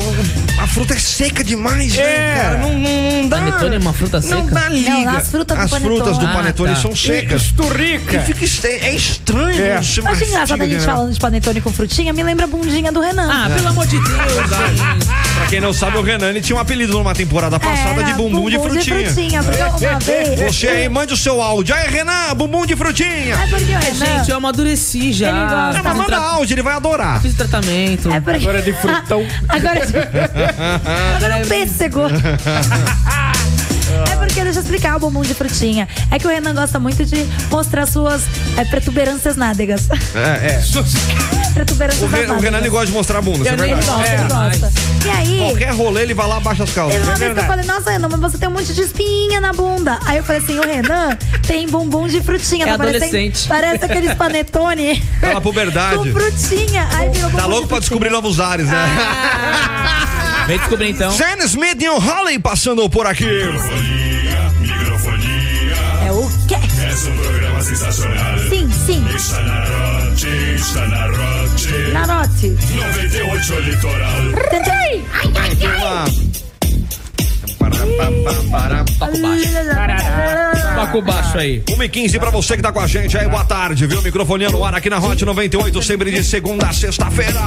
a fruta é seca demais, né, É. cara? Não, não, não dá. Panetone é uma fruta Não seca? dá liga. as frutas do As panetone. frutas do Ah, panetone tá. são secas. E Esturrica. fica est- é estranho. tipo É. não se Eu acho engraçado a mastiga, gente né? falando de panetone com frutinha, me lembra a bundinha do Renan. Ah, pelo amor de Deus, gente. Pra quem não sabe, o Renan ele tinha um apelido numa temporada passada era de bumbum, de frutinha. porque uma vez. Você aí, mande o seu áudio. Aí, Renan, bumbum de frutinha. É porque o Renan. Gente, eu amadureci já. Ele gosta. Ah, mas Fiz o manda tra- áudio, ele vai adorar. Fiz o tratamento. É porque... Agora de frutão. Agora, é agora é o pêssego. É porque, deixa eu explicar o bombom de frutinha. É que o Renan gosta muito de mostrar suas é, protuberâncias nádegas. É, é. protuberâncias O, Re- o nádegas. Renan ele gosta de mostrar a bunda, isso é Ele verdade. gosta, É. ele gosta. E aí, Qualquer rolê, ele vai lá, baixa as calças. É teve uma vez que eu falei, nossa, Renan, mas você tem um monte de espinha na bunda. Aí eu falei assim, o Renan tem bombom de frutinha. É tá parecendo- adolescente. Parece aqueles panetone Tá na puberdade. com frutinha. Aí virou Tá bombom louco de pra frutinha. descobrir novos ares, né? Vem descobrir então. Sam Smith e o Holly passando por aqui. Microfonia, microfonia. É o quê? Es un programa sensacional. Sim, sim. Está na rote, está na rote. Narote. 98 litoral. Tentei. Turma. Pará, pá, pá, pará. Toca o baixo. Paco Baixo aí. 1 e 15 pra você que tá com a gente aí, boa tarde, viu? Microfonia no ar aqui na Hot 98, sempre de segunda a sexta-feira,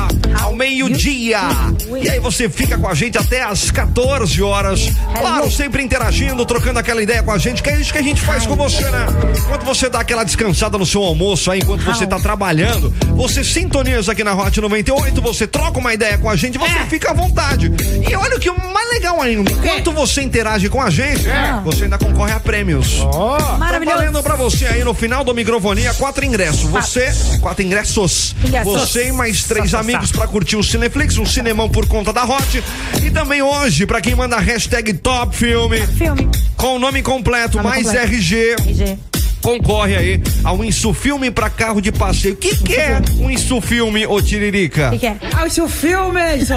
ao meio-dia. E aí você fica com a gente até às 14 horas. Claro, sempre interagindo, trocando aquela ideia com a gente, que é isso que a gente faz com você, né? Enquanto você dá aquela descansada no seu almoço aí, enquanto você tá trabalhando, você sintoniza aqui na Hot 98, você troca uma ideia com a gente, você É. fica à vontade. E olha o que mais legal ainda, enquanto É. você interage com a gente, você ainda concorre a prêmios. Ó, Maravilhoso. Tá valendo pra você aí no final do microfonia, quatro ingressos. Você, quatro ingressos. Ingressos. Você e mais três amigos pra curtir o Cineflix, um cinemão por conta da Hot. E também hoje, pra quem manda a hashtag Top Filme. Com o nome completo, Nome mais completo. RG. RG. Concorre aí a um insufilme pra carro de passeio. O que, que é um insufilme, ô Tiririca? que é? Ah, isso filme, isso.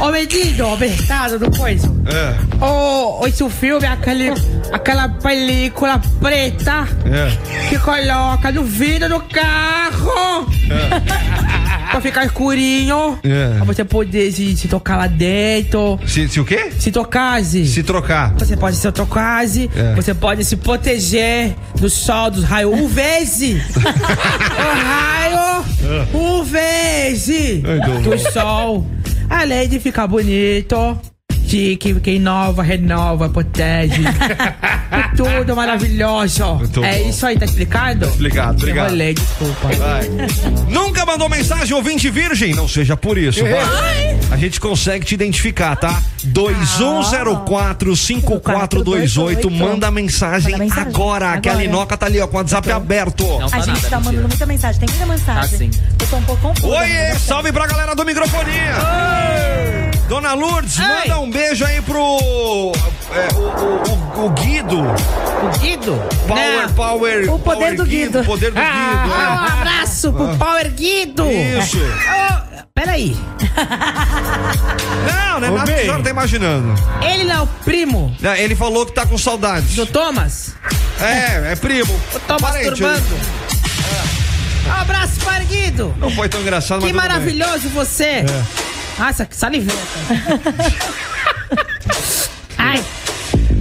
Ô, medido, apertado do coisa. É. Ô, isso filme é aquele, aquela película preta É. que coloca no vidro do carro. pra ficar escurinho. É. Pra você poder se, se tocar lá dentro. Se, se o quê? Se tocasse. Se trocar. Você pode se tocar, É. você pode se proteger do sol, dos raios UVZ. É. o raio UVZ Ai, então Dom. do sol. Além de ficar bonito, de que, que inova, renova, protege. E tudo maravilhoso. Muito É bom. isso aí, tá explicado? Então, Obrigado, obrigado. Eu falei, desculpa. Vai. Nunca mandou mensagem ouvinte virgem? Não seja por isso, vai. A gente consegue te identificar, tá? 2104-5428. Manda a mensagem agora. Que a Agora. Linoca tá ali, ó, com o WhatsApp aberto. a gente tá mandando muita mensagem, tem muita mensagem. Eu tô um pouco confusa. Oiê, salve pra galera do Microfonia. Dona Lourdes, manda um beijo aí pro. é, o, o- o- o Guido. O Guido? Power, Né? power. O poder power do Guido. O poder do Guido. Ah, é. um abraço pro Ah. Power Guido. Isso. Ah, peraí. Não, ah. né? Nada que a senhora tá imaginando. Ele não é o primo Não, Ele falou que tá com saudades. do Thomas? É, é primo. Eu tô Tá masturbando. Um abraço, Power Guido. É. Não foi tão engraçado, mas Que tudo bem. É. maravilhoso você. Nossa, que saliveta. Ai.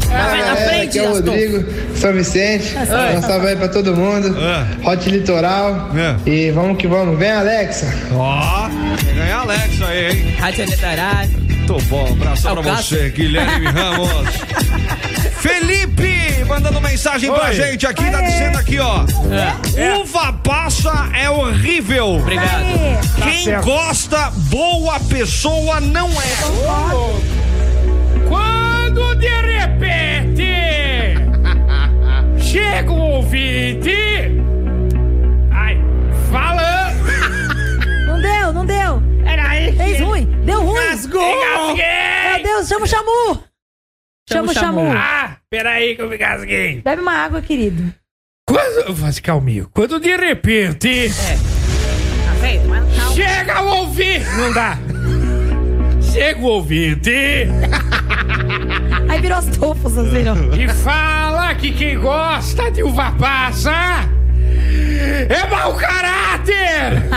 Vai, vai na Galera, frente, aqui é o Gaston. Rodrigo, São Vicente. certo. Nossa vai pra todo mundo. É. Hot Litoral. E vamos que vamos. Vem, Alexa. Ó, vai ganhar Alex aí, hein? Rádio Literário. Tô bom, abraço É o pra Cássio. você, Guilherme Ramos. Felipe, mandando mensagem pra Oi. gente aqui, tá dizendo aqui, ó. É. Uva passa é horrível. Obrigado. Tá Quem certo. gosta, boa pessoa não é. Quando de repente chega um ouvinte. Ai, fala! Não deu, não deu. Peraí. Fez ruim, deu ruim. Engasguei. Meu Deus, chama o Chamu. Chama o Chamu. Ah, peraí que eu me casguei. Bebe uma água, querido. Quando. Mas calminho. Quando de repente. É. Tá Chega o ouvinte! Não dá! Chega o ouvinte! Aí virou as tofas, assim, vocês viram? E fala que quem gosta de uva passa é mau caráter!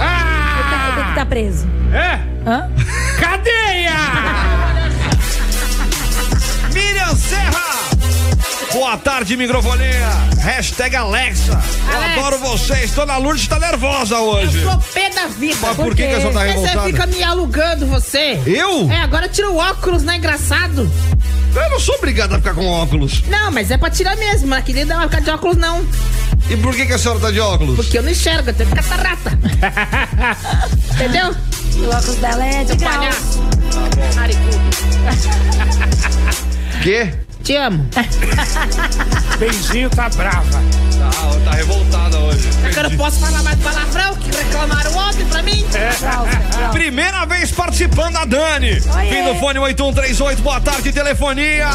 O que que tá preso? É? Hã? Cadeia! Miriam Serra! Boa tarde, microfonia. Hashtag Alexa. Eu adoro vocês. Dona Lourdes tá nervosa hoje. Eu sou pé da vida. Mas por que que a senhora tá Porque revoltada? Você fica me alugando, você. Eu? É, agora tira o óculos, não é engraçado? Eu não sou obrigado a ficar com óculos. Não, mas é pra tirar mesmo. Mas querida não vai ficar de óculos, não. E por que, que a senhora tá de óculos? Porque eu não enxergo, eu tenho catarata. Entendeu? O óculos dela é de grau. Quê? Te amo. Benzinho tá brava. Tá, tá revoltada hoje. Eu não posso falar mais palavrão que reclamaram ontem pra mim. Primeira vez participando a Dani. Fim do fone 8138, boa tarde, telefonia.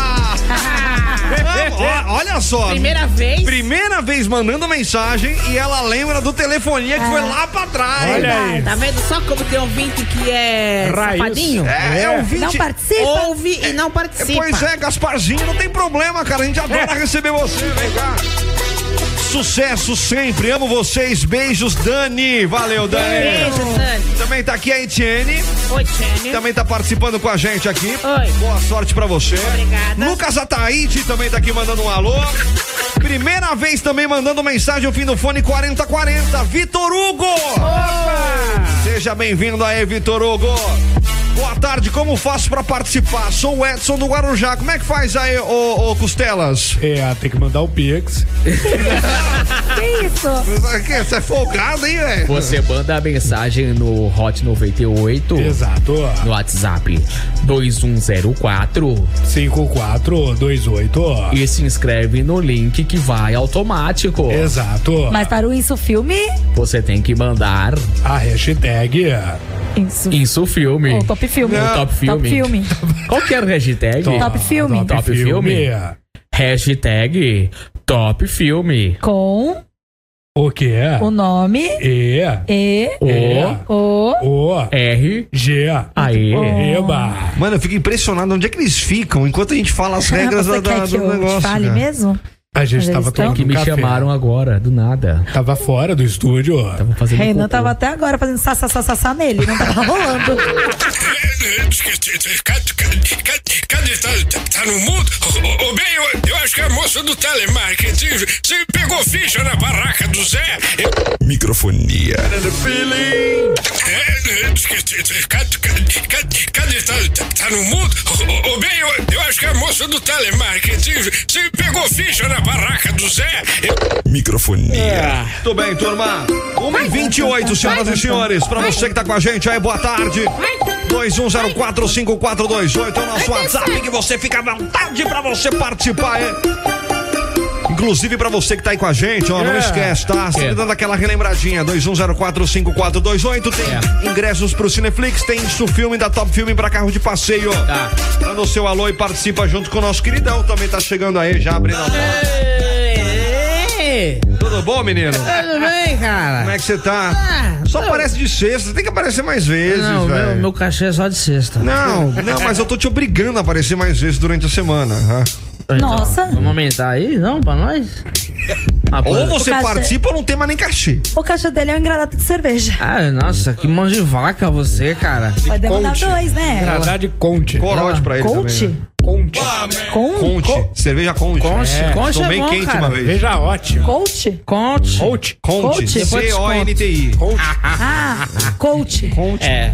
Vamos, ó, olha só. Primeira vez? Primeira vez mandando mensagem e ela lembra do telefonia que Ah. foi lá pra trás. Tá vendo só como tem ouvinte que é Raiz. safadinho? É, é ouvinte- Não participa. Ouve e não participa. Pois é, Gasparzinho, não tem problema, cara. A gente adora receber você. Vem cá. Sucesso sempre, amo vocês. Beijos, Dani. Valeu, Dani. Beijo, Dani. Também também tá aqui a Etienne. Oi, Tchene. Também tá participando com a gente aqui. Oi. Boa sorte pra você. Obrigada. Lucas Ataíde também tá aqui mandando um alô. Primeira vez também mandando mensagem ao fim do fone 4040. Vitor Hugo! Seja bem-vindo aí, Vitor Hugo. Boa tarde, como faço pra participar? Sou o Edson do Guarujá. Como é que faz aí, ô, ô Costelas? É, tem que mandar o Pix. Que isso? Que, você é folgado, hein, velho? Você manda a mensagem no Hot 98. Exato. No WhatsApp 2104 5428. E se inscreve no link que vai automático. Exato. Mas para o Isso Filme, Você tem que mandar a hashtag Isso, Filme. ou Top Filme. Não, Top Filme. Qualquer hashtag. Top Top Filme. Top Top Filme. Filme. Hashtag Top Filme. Com O que é? o nome E. e O. o O. R. G. Aê. Eba. Mano, eu fico impressionado onde é que eles ficam enquanto a gente fala as regras da, Ah, Você da, quer que do eu negócio. né? te fale cara. mesmo? A gente Mas tava eles tão- tomando Que me café. chamaram agora, do nada. Tava fora do estúdio. Tava fazendo Renan cocô. tava até agora fazendo sassassassa nele, não tava rolando. Cadê? Cadê? Tá, tá- tá no mundo? Ô, ô, ô, bem, eu, eu acho que é a moça do telemarketing você pegou ficha na barraca do Zé. Microfonia. É, diz que- que- que- Cadê? cadê- cadê- Cadê? Tá, tá- tá no mundo? Ô, ô, ô, bem, eu, eu acho que a moça do telemarketing você pegou ficha na barraca do Zé. É. Microfonia. Muito É. bem, turma. 1h28, senhoras e senhores. Pra você que tá com a gente aí, boa tarde. 21045428 é o nosso WhatsApp que você fica à vontade pra você participar. é. Inclusive pra você que tá aí com a gente, ó, não É. esquece, tá? Sempre É. dando aquela relembradinha, 21045428, tem É. ingressos pro Cineflix, tem isso filme da Top Filme pra carro de passeio. Tá. Manda o seu alô e participa junto com o nosso queridão, também tá chegando aí, já abrindo a porta. É. Ei, Tudo bom, menino? Tudo bem, Como cara? é que você tá? Só aparece de sexta, tem que aparecer mais vezes, Ah, Não, meu, velho. meu cachê é só de sexta. Não, não, mas eu tô te obrigando a aparecer mais vezes durante a semana. ah. Nossa. Então, Vamos aumentar aí, não, pra nós? Ah, pô. Ou você Cachê. participa ou não tem mais nem cachê. O caixa dele é um engradado de cerveja. Ah, nossa, que mão de vaca você, cara. Vai demandar Conte. dois, né? Gradar de Conte. Corote pra ele Conte? também. né? Conte. Con- Conte. Cerveja Conte. Ah, Conte, É, conte é Tomei bom, quente cara. uma vez. Veja ótimo. Coach? Conte. Conte. Conte. Conte, depois C-O-N-T-I. Ah, coach. É.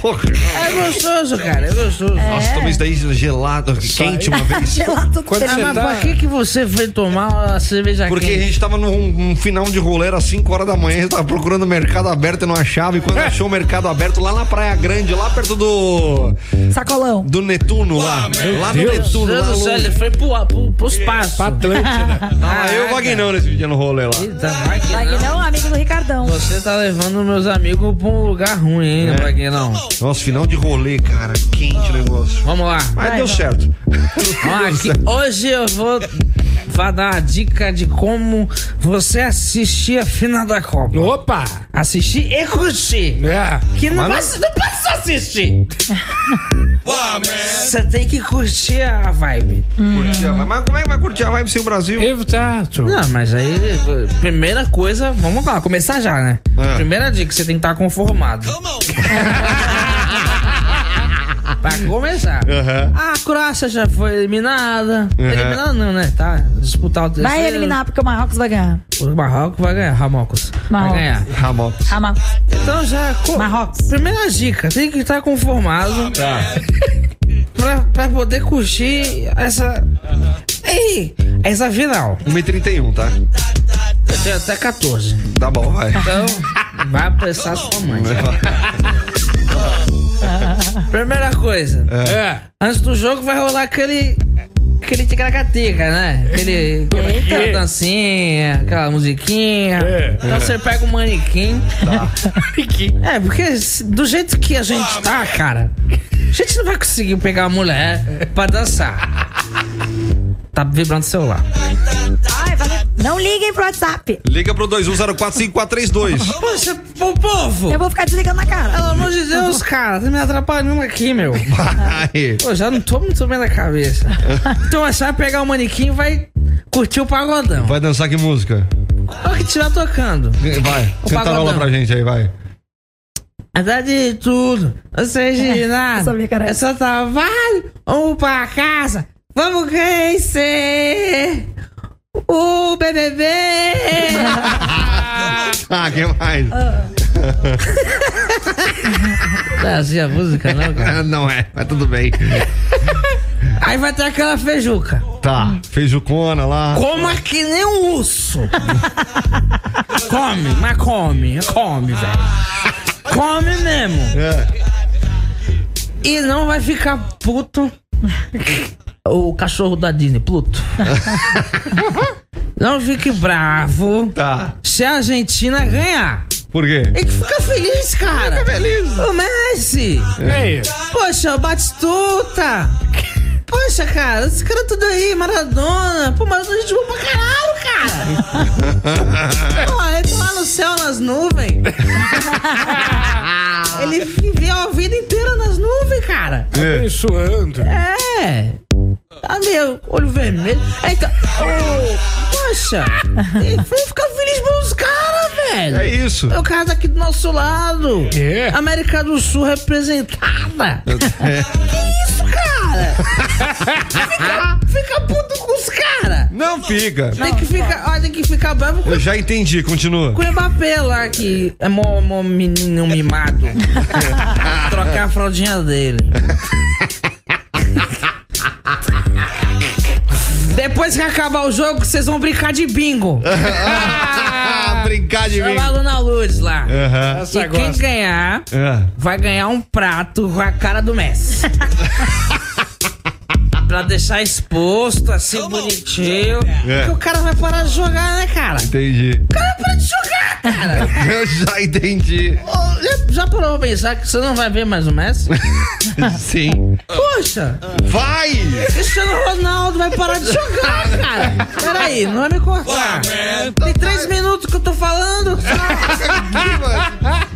Porra. É gostoso, cara, é gostoso. Nossa, tomei isso daí gelado, quente uma vez. Gelado de Quando Ah, cerveja. mas tá- pra que, que você foi tomar a cerveja Porque a quente? gente tava num, num final de rolê, era 5 horas da manhã, a gente tava procurando o mercado aberto e não achava. E quando É. achou o mercado aberto lá na Praia Grande, lá perto do. Sacolão. do Netuno lá. Lá no Deus. Ah, Meu Netuno, Deus lá do céu, no... ele foi pro, pro, pro espaço. Pra Atlântida. Ah, eu e o Vagnão nesse dia no rolê lá. Eita, vai que Wagner é um amigo do Ricardão. Você tá levando meus amigos pra um lugar ruim, hein, É. pra quem não. Nossa, final de rolê, cara. Quente o negócio. Vamos lá. Mas Vai, deu vai. certo. Ó, aqui, hoje eu vou, vou dar uma dica de como você assistir a final da Copa. Opa! Assistir e curtir. É. Que não, Mano. passa, não passa assistir. Você tem que curtir a vibe. né? Curtir a vibe. Mas como é que vai curtir a vibe sem o Brasil? Exato. Não, mas aí, primeira coisa, vamos lá, começar já, né? Ah. Primeira dica, você tem que estar conformado. pra começar. Ah, Aham. A Croácia já foi eliminada. Uhum. Eliminada não, né? Tá, disputar o terceiro. Vai eliminar porque o Marrocos vai ganhar. O Marrocos vai ganhar, Ramocos. Vai Marrocos. ganhar. Ramon. Ah, Marrocos. Então já... co- Marrocos. Primeira dica, tem que estar Ah, conformado tá. pra, pra poder curtir essa... Ei, essa final. 1h31, tá? Eu tenho até 14. Tá bom, vai. Então, vai apressar sua mãe. Primeira coisa, É. antes do jogo vai rolar aquele. Aquele ticaracatica, né? Aquele. Aquela dancinha, aquela musiquinha. É. Então você pega o manequim. É, porque se- do jeito que a gente tá, cara, a gente não vai conseguir pegar uma mulher pra dançar. Tá vibrando o celular. Ai, valeu. Não liguem pro WhatsApp. Liga pro 21045432. Pô, você, pô, povo! Eu vou ficar desligando na cara. Pelo amor de Deus, cara, tá me atrapalhando aqui, meu. Vai. Pô, já não tô muito bem da cabeça. Então é só pegar o manequim e vai curtir o pagodão. Vai dançar que música? Olha o que tiver tocando. Vai. O Cantarola pagodão. pra gente aí, vai. atrás de tudo, não sei de nada. É só trabalho, vamos pra casa, vamos crescer. O BBB! Ah, quem mais? Não é assim a música, não, cara? não é, mas tudo bem. Aí vai ter aquela feijuca. Tá, feijucona lá. Coma que nem um urso. come, mas come, come, Ah. velho. Come mesmo. É. E não vai ficar puto o cachorro da Disney, Pluto. não fique bravo tá. se a Argentina ganhar. Por quê? Tem que ficar feliz, cara. Fica feliz. O Messi. É. Poxa, o Batistuta. Poxa, cara, esse cara tudo aí, Maradona. Pô, Maradona é gente boa pra caralho, cara. Pô, ele tá lá no céu, nas nuvens. ele viveu a vida inteira nas nuvens, cara. Abençoando. É. Tá meio olho vermelho. É, Então, ô, poxa, tem- vamos ficar feliz pelos caras, velho. É isso. É o cara daqui do nosso lado. É. América do Sul representada. É. Que isso, cara? fica, fica puto com os caras. Não fica. Tem que ficar, ó, tem que ficar bravo com Eu já entendi, continua. com o Mbappé lá que é mó, mó menino mimado. Trocar a fraldinha dele. Depois que acabar o jogo, vocês vão brincar de bingo. Ah, brincar de bingo. Chama a Luna Luz lá. Aham. Essa E quem gosta. ganhar, É. vai ganhar um prato com a cara do Messi. pra deixar exposto, assim, bonitinho. É. Porque o cara vai parar de jogar, né, cara? Entendi. O cara vai parar de jogar, cara. Eu já entendi. Ô, já- Já parou pra pensar que você não vai ver mais o Messi? Sim. Poxa! Vai! Cristiano Ronaldo vai parar de jogar, cara! Peraí, não vai me cortar! Tem três minutos que eu tô falando!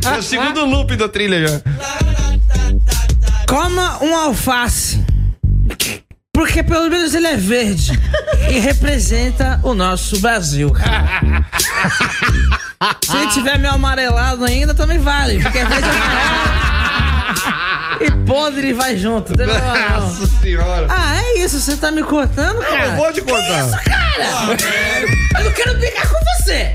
Ah, É o segundo loop da trilha já. Coma um alface! Porque pelo menos ele é verde e representa o nosso Brasil, cara. Se ele tiver meio amarelado ainda, também vale, porque é verde e amarelo. E podre vai junto, entendeu? Nossa senhora. Ah, é isso? Você tá me cortando, cara? Eu vou te cortar. Que isso, cara? Eu não quero brigar com você.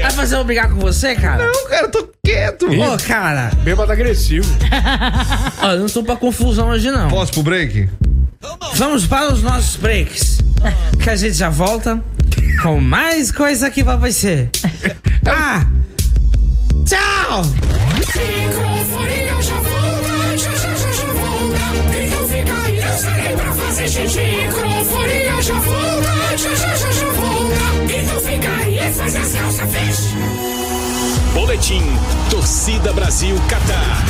Vai fazer eu brigar com você, cara? Não, cara, eu tô quieto. Ô, cara. Bêbado agressivo. Ó, eu não tô pra confusão hoje, não. Posso pro break? Vamos para os nossos breaks. Que a gente já volta com mais coisa aqui pra você. Ah! Tchau! Microfonia já volta, já já já já volta. E não fica aí, eu serei pra fazer xixi. Microfonia já volta, já já já já volta. E não fica aí, faz as calças, fecha. Boletim Torcida Brasil Catar.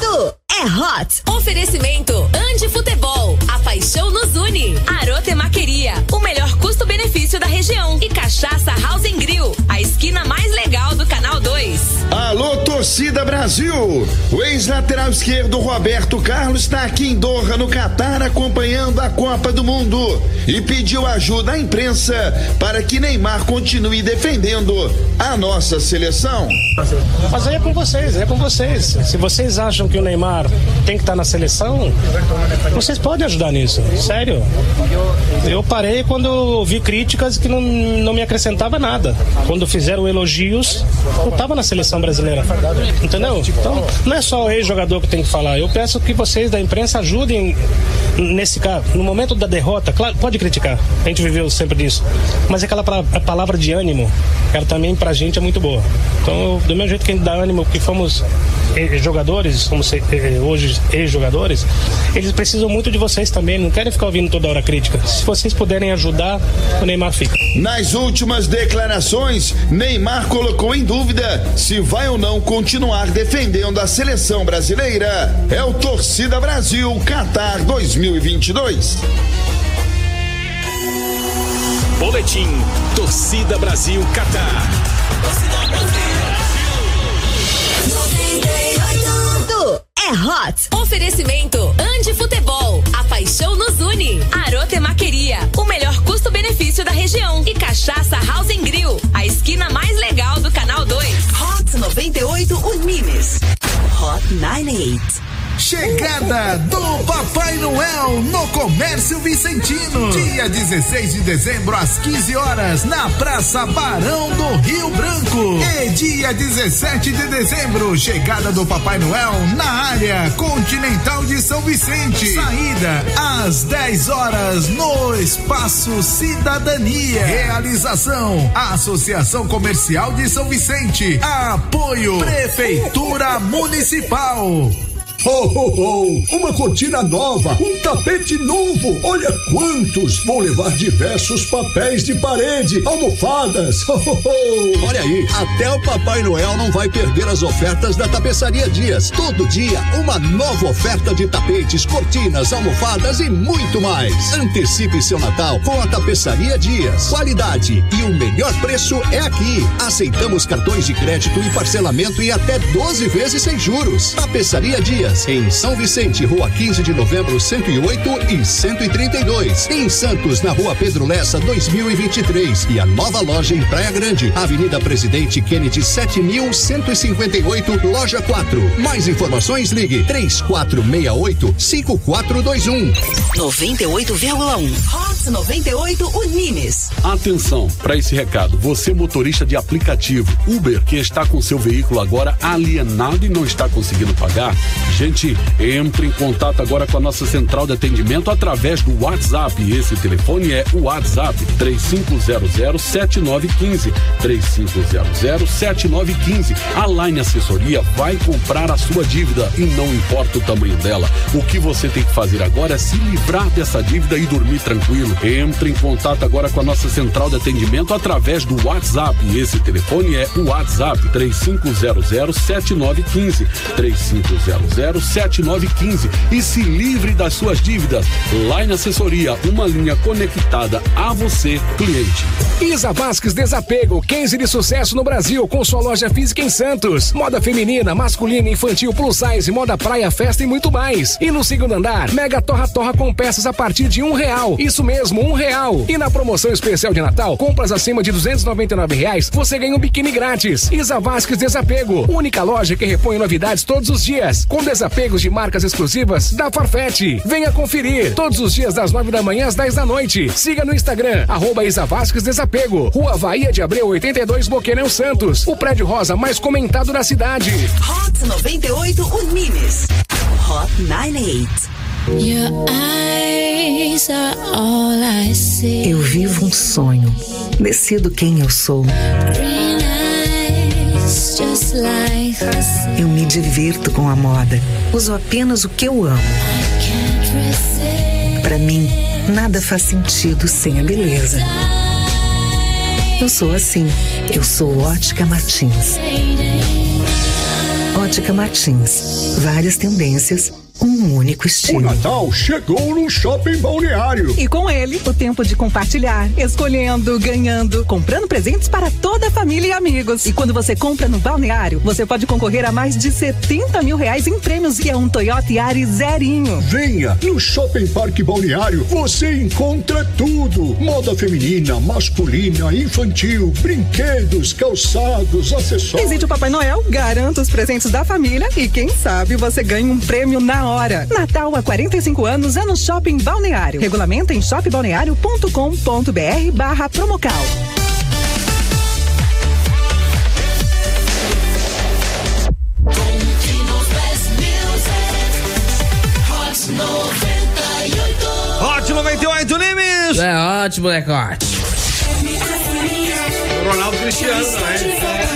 Tudo é hot. Oferecimento Andi Futebol. A paixão nos une. Arote Maqueria. O melhor custo-benefício da região. E Cachaça House and Grill. A esquina mais legal do Canal 2. Alô, torcida Brasil! O ex-lateral esquerdo Roberto Carlos está aqui em Doha, no Catar, acompanhando a Copa do Mundo e pediu ajuda à imprensa para que Neymar continue defendendo a nossa seleção. Mas aí é com vocês, é com vocês. Se vocês acham que o Neymar tem que estar na seleção, vocês podem ajudar nisso. Sério. Eu parei quando eu vi críticas que não, não me acrescentava nada. Quando fizeram elogios, eu estava na seleção brasileira. Entendeu? Então, não é só o ex-jogador que tem que falar. Eu peço que vocês da imprensa ajudem nesse caso. No momento da derrota, claro, pode criticar. A gente viveu sempre disso. Mas aquela pra- a palavra de ânimo, ela também pra gente é muito boa. Então, eu- do mesmo jeito que a gente dá ânimo, que fomos eh, jogadores, como se- eh, hoje ex-jogadores, eles precisam muito de vocês também, não querem ficar ouvindo toda hora crítica. Se vocês puderem ajudar, o Neymar fica. Nas últimas declarações, Neymar colocou em dúvida se vai ou não continuar defendendo a seleção brasileira. É o Torcida Brasil Qatar 2022. Boletim Torcida Brasil Catar. Tudo é hot. Oferecimento Andi Futebol. A paixão nos une. Arote Maqueria. O melhor custo-benefício da região. E Cachaça House and Grill. A esquina mais 98 Unimes. Hot 98. Chegada do Papai Noel no Comércio Vicentino. Dia 16 de dezembro, às 15 horas, na Praça Barão do Rio Branco. E dia 17 de dezembro, chegada do Papai Noel na área continental de São Vicente. Saída às 10 horas no Espaço Cidadania. Realização: Associação Comercial de São Vicente. Apoio: Prefeitura Municipal. Oh, oh, oh, uma cortina nova, um tapete novo. Olha quantos! Vou levar diversos papéis de parede, almofadas. Oh, oh, oh. Olha aí, até o Papai Noel não vai perder as ofertas da Tapeçaria Dias. Todo dia, uma nova oferta de tapetes, cortinas, almofadas e muito mais. Antecipe seu Natal com a Tapeçaria Dias. Qualidade e o melhor preço é aqui. Aceitamos cartões de crédito e parcelamento em até 12 vezes sem juros. Tapeçaria Dias em São Vicente, Rua 15 de Novembro, 108 e 132. Em Santos, na Rua Pedro Lessa, 2023. E a nova loja em Praia Grande, Avenida Presidente Kennedy, 7158, Loja 4. Mais informações, ligue 3468-5421. 98,1. Hot 98 Unimes. Atenção para esse recado. Você, motorista de aplicativo Uber, que está com seu veículo agora alienado e não está conseguindo pagar, gente, entre em contato agora com a nossa central de atendimento através do WhatsApp. Esse telefone é o WhatsApp 35007915. 35007915. A Line Assessoria vai comprar a sua dívida e não importa o tamanho dela. O que você tem que fazer agora é se livrar dessa dívida e dormir tranquilo. Entre em contato agora com a nossa central de atendimento através do WhatsApp. Esse telefone é o WhatsApp 35007915. 35007915 e se livre das suas dívidas. Line Assessoria, uma linha conectada a você, cliente. Isa Vasques Desapego, case de sucesso no Brasil, com sua loja física em Santos. Moda feminina, masculina, infantil, plus size, moda praia, festa e muito mais. E no segundo andar, mega torra torra com peças a partir de um real. Isso mesmo, um real. E na promoção especial de Natal, compras acima de duzentos reais, você ganha um biquíni grátis. Isa Vasques Desapego, única loja que repõe novidades todos os dias, com desapegos de marcas exclusivas da Farfetch. Venha conferir, todos os dias das nove da manhã às 10 da noite. Siga no Instagram, arroba Isa Vasques Desapego, Rua Bahia de Abreu 82, Boqueirão Santos, o prédio rosa mais comentado da cidade. Hot 98 Unimes. Hot 98. Your eyes are all I see. Eu vivo um sonho, decido quem eu sou. Green eyes, just like the sea. Eu me divirto com a moda, uso apenas o que eu amo. Can't resist. Pra mim, nada faz sentido sem a beleza. Eu sou assim, eu sou Ótica Martins. Ótica Martins, várias tendências, um único O estilo. Natal chegou no Shopping Balneário. E com ele, o tempo de compartilhar, escolhendo, ganhando, comprando presentes para toda a família e amigos. E quando você compra no balneário, você pode concorrer a mais de 70 mil reais em prêmios e a um Toyota Yaris zerinho. Venha no Shopping Parque Balneário, você encontra tudo: moda feminina, masculina, infantil, brinquedos, calçados, acessórios. Visite o Papai Noel, garanta os presentes da família e quem sabe você ganha um prêmio na hora. Natal há 45 anos é no Shopping Balneário. Regulamento em shopbalneário.com.br barra promocal. Hot 98 Nimes! É ótimo, molecote. Ronaldo Cristiano, né?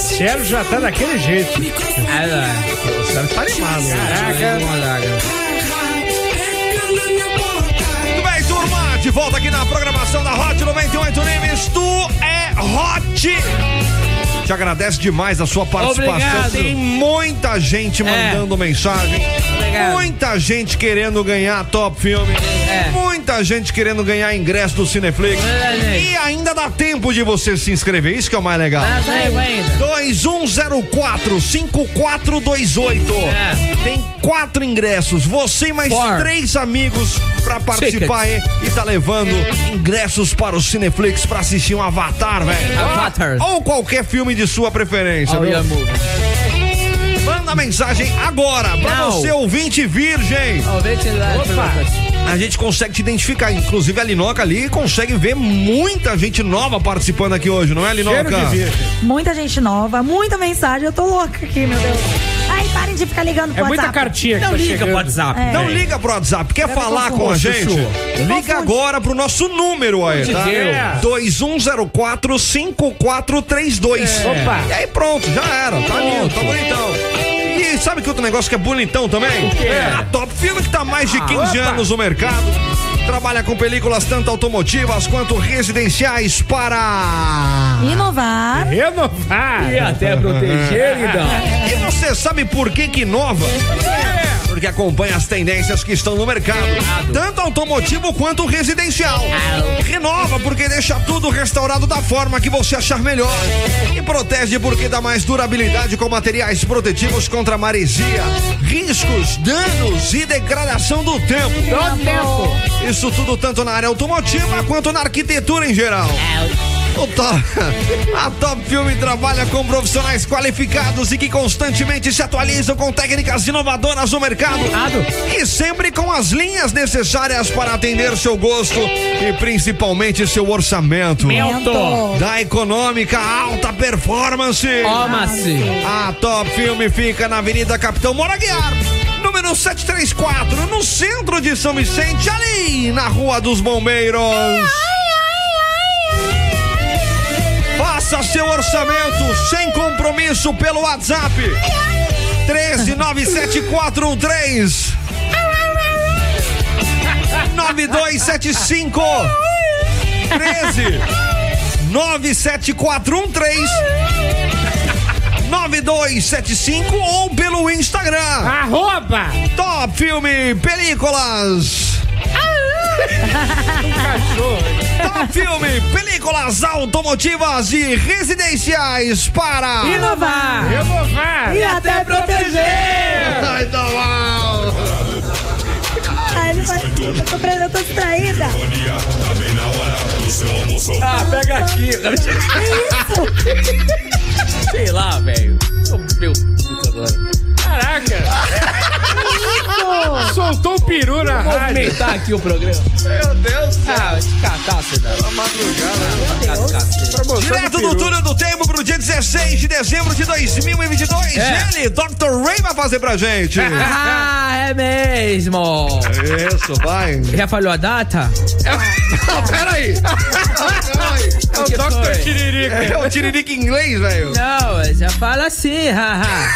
Sérgio já tá daquele jeito. É, O Sérgio tá animado. né? Caraca. Ah, Muito bem, turma, de volta aqui na programação da Hot é 98 Nimes. Tu é Hot! Te agradece demais a sua participação. Obrigado. É. Tem muita gente mandando mensagem. Obrigado. Muita gente querendo ganhar top filme. Muita gente querendo ganhar ingresso do Cineflix. É, gente. E ainda dá tempo de você se inscrever. Isso que é o mais legal. Dá tempo ainda. 2104 É, É. 5428. Tem quatro ingressos. Você e mais Four. três amigos pra participar hein? e tá levando ingressos para o Cineflix pra assistir um Avatar, velho. Avatar. Ou qualquer filme de sua preferência, viu? Manda mensagem agora pra Não. você, ouvinte virgem. Opa. A gente consegue te identificar, inclusive a Linoca ali consegue ver muita gente nova participando aqui hoje, não é, Linoca? Muita gente nova, muita mensagem. Eu tô louca aqui, meu Deus. Ai, parem de ficar ligando É É pro WhatsApp. Não tá tá liga pro WhatsApp. É. Não liga pro WhatsApp. Quer Deve falar com a confundir. gente? Liga agora pro nosso número aí, Onde tá? deu? 2104-5432. É. Opa. E aí pronto, já era. Tá lindo, tá bonitão. E sabe que outro negócio que é bonitão também? quê? É a Top Filme que tá há mais de Ah, 15 opa. anos no mercado. Trabalha com películas tanto automotivas quanto residenciais para Inovar. Renovar. E até proteger, então. E você sabe por que que inova? Porque acompanha as tendências que estão no mercado, tanto automotivo quanto residencial. Renova porque deixa tudo restaurado da forma que você achar melhor. E protege porque dá mais durabilidade com materiais protetivos contra maresia, riscos, danos e degradação do tempo. Do tempo. Isso tudo tanto na área automotiva quanto na arquitetura em geral. O Top, a Top Filme trabalha com profissionais qualificados e que constantemente se atualizam com técnicas inovadoras no mercado. E sempre com as linhas necessárias para atender seu gosto e principalmente seu orçamento. Mento. Da econômica alta performance. Toma-se. A Top Filme fica na Avenida Capitão Moraguiar. Número 734, no centro de São Vicente, ali na Rua dos Bombeiros. Faça seu orçamento sem compromisso pelo WhatsApp. 139743 9275 13 97413 9275 ou pelo Instagram. Arroba Top Filme Películas. Top Filme, películas automotivas e residenciais para Inovar. renovar E até proteger. Ai, tá Ai, não faz- eu tô presa, eu tô distraída. Ah, pega aqui. Sei lá, velho. Meu Deus agora. Caraca! Soltou o peru na Vou rádio. movimentar aqui o programa. Meu Deus Ah, te catar, cidade. Direto do túnel do tempo pro dia 16 de dezembro de 2022. É. Ele, Dr. Ray, vai fazer pra gente. Ah, é mesmo. Isso, vai. Já falhou a data? Peraí. É o Dr. Tiririca. É o Tiririca em inglês, velho. Não, já fala assim, haha.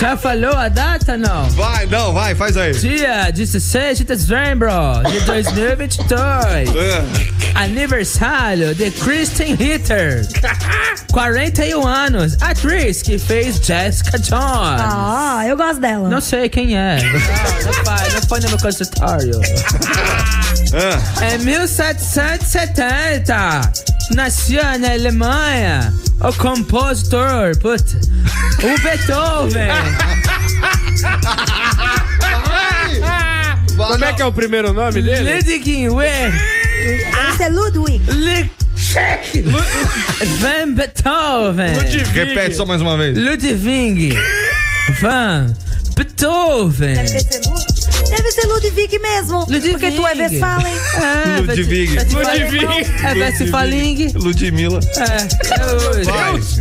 já falou a data, não? Vai, não, vai, faz aí. Dia 16 de dezembro de 2022. É. Aniversário de Kristen Ritter. 41 anos. Atriz que fez Jessica Jones. Ah, eu gosto dela. Não sei quem é. Não, não faz- não põe no meu consultório. Em 1770, nasceu na Alemanha o compositor, puta, o Beethoven. Como é que é o primeiro nome dele? Ludwig Esse é Ludwig. Van Beethoven. Repete só mais uma vez. Ludwig Van Beethoven. Deve ser, Lu- deve ser Ludwig mesmo. Porque tu é Westfalen. Ah, É, Ludwig. Vest- Ludwig. É Westfaling. Ludmilla. É, é hoje.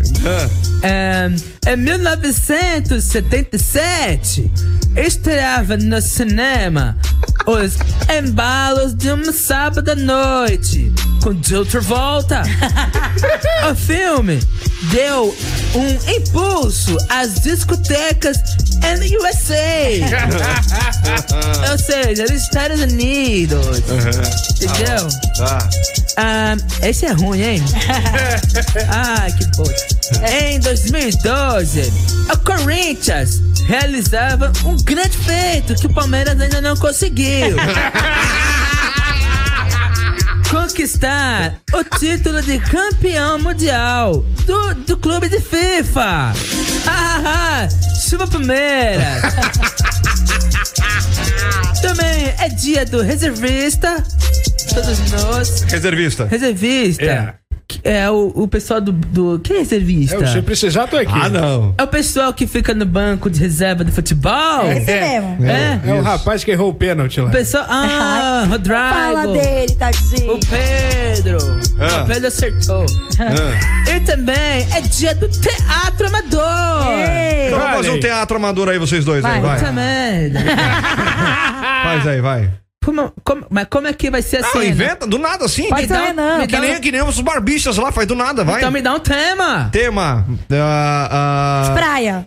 É, em 1977, estreava no cinema Os Embalos de um Sábado à Noite, com Jill Travolta. o filme deu um impulso às discotecas and USA. Ou seja, nos Estados Unidos. Entendeu? Tá. Ah, esse é ruim, hein? ah, que porra. Em 2012, o Corinthians realizava um grande feito que o Palmeiras ainda não conseguiu. Conquistar o título de campeão mundial do, do clube de FIFA. Ah, ah, ah, chupa Palmeiras. Também é dia do reservista. Todos nós. Reservista. Reservista. É. Que É o, o pessoal do, do. Quem é reservista? Eu, se precisar, tô aqui. Ah, não. É o pessoal que fica no banco de reserva do futebol? É, é o rapaz que errou o pênalti lá. O pessoal. Ah, Rodrigo. Fala dele, Tadinho. O Pedro. Ah. O Pedro acertou. Ah. E também é dia do teatro amador. Então vamos fazer um teatro amador aí, vocês dois. aí, vai. Puta merda. Faz aí, vai. Como- como- mas como é que vai ser assim? Não, Ah, inventa, do nada assim. Pode ser, Renan. Que nem, que nem os barbistas lá, faz do nada, vai. Então me dá um tema. Tema. ah, ah, Praia.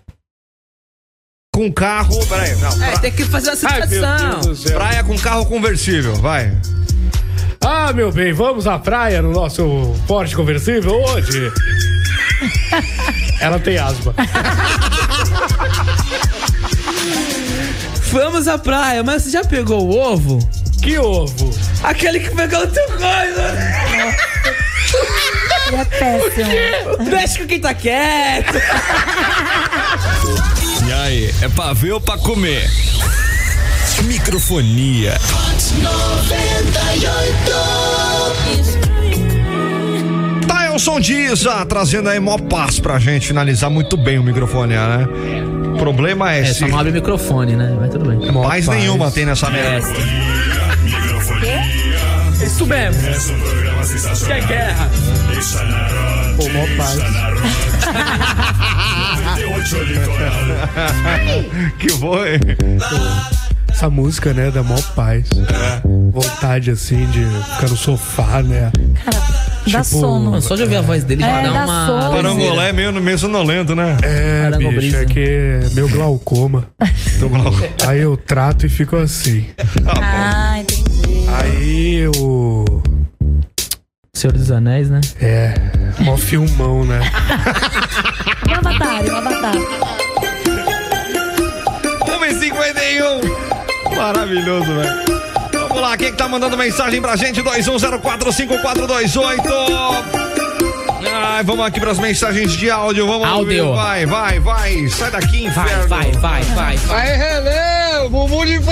Com carro. Peraí, não. É, tem que fazer uma situação. Praia com carro conversível, vai. Ah, meu bem, vamos à praia no nosso Porsche conversível hoje. Ela tem asma. Vamos à praia, mas você já pegou o ovo? Que ovo? Aquele que pegou o teu coisa. É péssimo. Deixa com quem tá quieto. E aí, é pra ver ou pra comer? Microfonia. Tailson Dias, ah, trazendo aí mó paz pra gente finalizar muito bem o microfone, né? O problema é, É, esse. só não abre o microfone, né? Mas tudo bem. Paz nenhuma tem nessa merda. Isso mesmo. Isso é guerra. Pô, mó paz. que foi? Essa música, né, dá mó paz. É. Vontade, assim, de ficar no sofá, né? Tipo, Dá sono. Mano, só de ouvir a voz dele já É, dá dá uma. sono. Parangolé é meio, meio sonolento, né? É, bicho, é que é meu glaucoma. Aí eu trato e fico assim. Ah, entendi. Aí o. Senhor dos Anéis, né? É, mó filmão, né? Um avatar, um avatar. 1,51. Maravilhoso, velho. Vamos lá, quem que tá mandando mensagem pra gente? 21045428. Ai, vamos aqui pras mensagens de áudio. Vamos Áudio. ouvir. Vai, vai, vai. Sai daqui, inferno. vai, vai, vai. Aí, Relê, Bubu de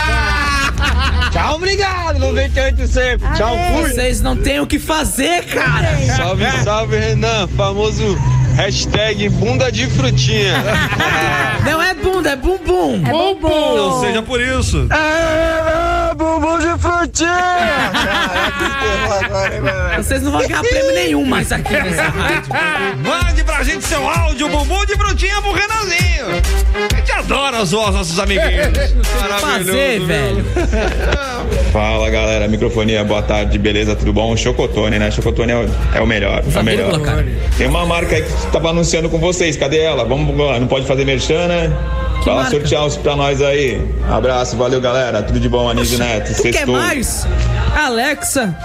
frutinha. Tchau, obrigado, 98 sempre. Tchau, fui. Vocês não têm o que fazer, cara. Salve, salve, Renan. Famoso hashtag bunda de frutinha. Não é bunda, é bumbum. É bumbum. Não seja por isso. É, bumbum de frutinha. Vocês não vão ganhar prêmio nenhum mais aqui nessa rádio. Mande pra gente seu áudio, bumbum de frutinha pro Renanzinho. A gente adora zoar os nossos amiguinhos. Maravilhoso, fazer, velho. Fala galera, microfonia, boa tarde, beleza, tudo bom? Chocotone, né? Chocotone é o, é o melhor, é o melhor. Tem uma marca aí que tava anunciando com vocês, cadê ela? Vamos lá, não pode fazer merchan, né? Fala marca? sortear uns pra nós aí. Abraço, valeu galera, tudo de bom, Anísio Neto, O que é sextou. mais? Alexa,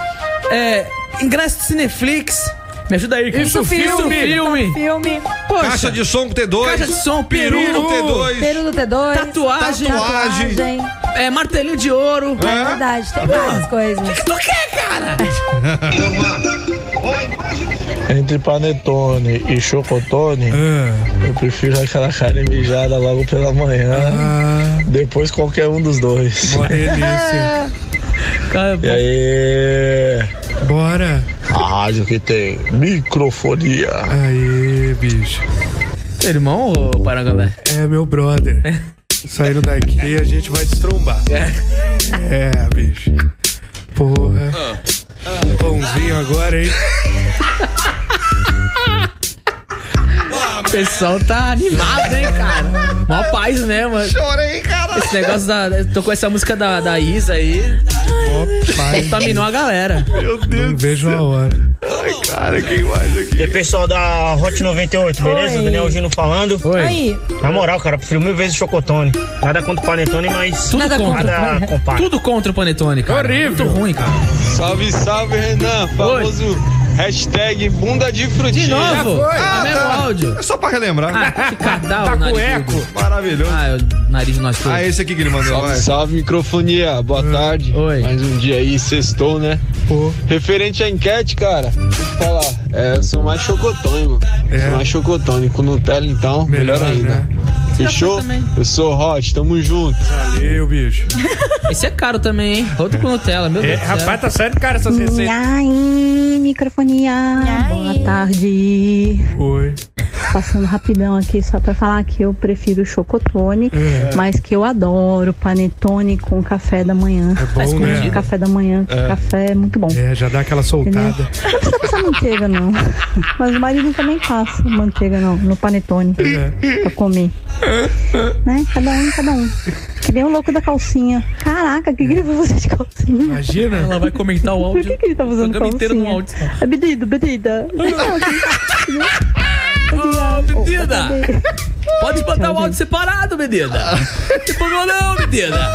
é, ingresso de Cineflix. Me ajuda aí, cara. Isso, filme. Isso, filme. Filme. Poxa. Caixa de som com T2. Caixa de som, peru, Peru, T2. Peru do T2. Tatuagem. Tatuagem. É, martelinho de ouro. Ah. É verdade, tem várias coisas. O que tu quer, cara? Entre panetone e chocotone, É. eu prefiro aquela carne mijada logo pela manhã. Depois qualquer um dos dois. Ah. delícia. E aí? Bora. A rádio que tem microfonia. Aí, bicho. Teu irmão ou Parangolé? É, meu brother. Saindo daqui, a gente vai destrombar. É, bicho. Porra. Pãozinho agora, hein? O pessoal tá animado, hein, cara? Mó paz mesmo. mano. Chorei, cara. Esse negócio da. eu Tô com essa música da, da Isa aí. paz. Contaminou a galera. Meu Deus. Não vejo a hora. Ai, cara, quem mais aqui? E aí, pessoal da Hot 98, beleza? Oi. Daniel Gino falando. Oi. Aí. Na moral, cara, prefiro mil vezes o Chocotone. Nada contra o Panetone, mas Tudo contra. nada compacto. Tudo contra o Panetone, cara. Horrível. Muito ruim, cara. Salve, salve, Renan. Famoso hashtag bunda de frutinha. De novo? Ah, mesmo áudio. É só pra relembrar. Ah, que cadal, Tá com nariz eco. tudo. Maravilhoso. Ah, o nariz de nós todos. Ah, esse aqui que ele mandou. Salve, vai. salve, microfonia. Boa Hum. tarde. Oi. Mais um dia aí, sextou, né? Referente à enquete, cara, deixa eu falar. É. né? É, eu sou mais chocotone, mano. Sou mais chocotone. Com Nutella, então, melhor, ainda. Fechou? Eu sou o Hot, tamo junto. Valeu, bicho. Esse é caro também, hein? Outro com Nutella, meu É, Deus. do céu. rapaz, tá saindo caro essas E receitas. aí, microfonia. Boa tarde. Oi. Passando rapidão aqui só pra falar que eu prefiro chocotone, É. mas que eu adoro panetone com café da manhã. É bom, né? café da manhã, que É. café é muito bom. É, já dá aquela soltada. Não precisa passar manteiga, não. Mas o marido também passa manteiga no, no panetone é. pra comer. Né? Cada um, cada um. Que nem o louco da calcinha. Caraca, que que ele vai fazer de calcinha? Imagina. Ela vai comentar o Por que, que ele tá usando calcinha? É bebida, bebida. Ô, menina! Pode botar o áudio separado, menina! Não tem problema não, menina!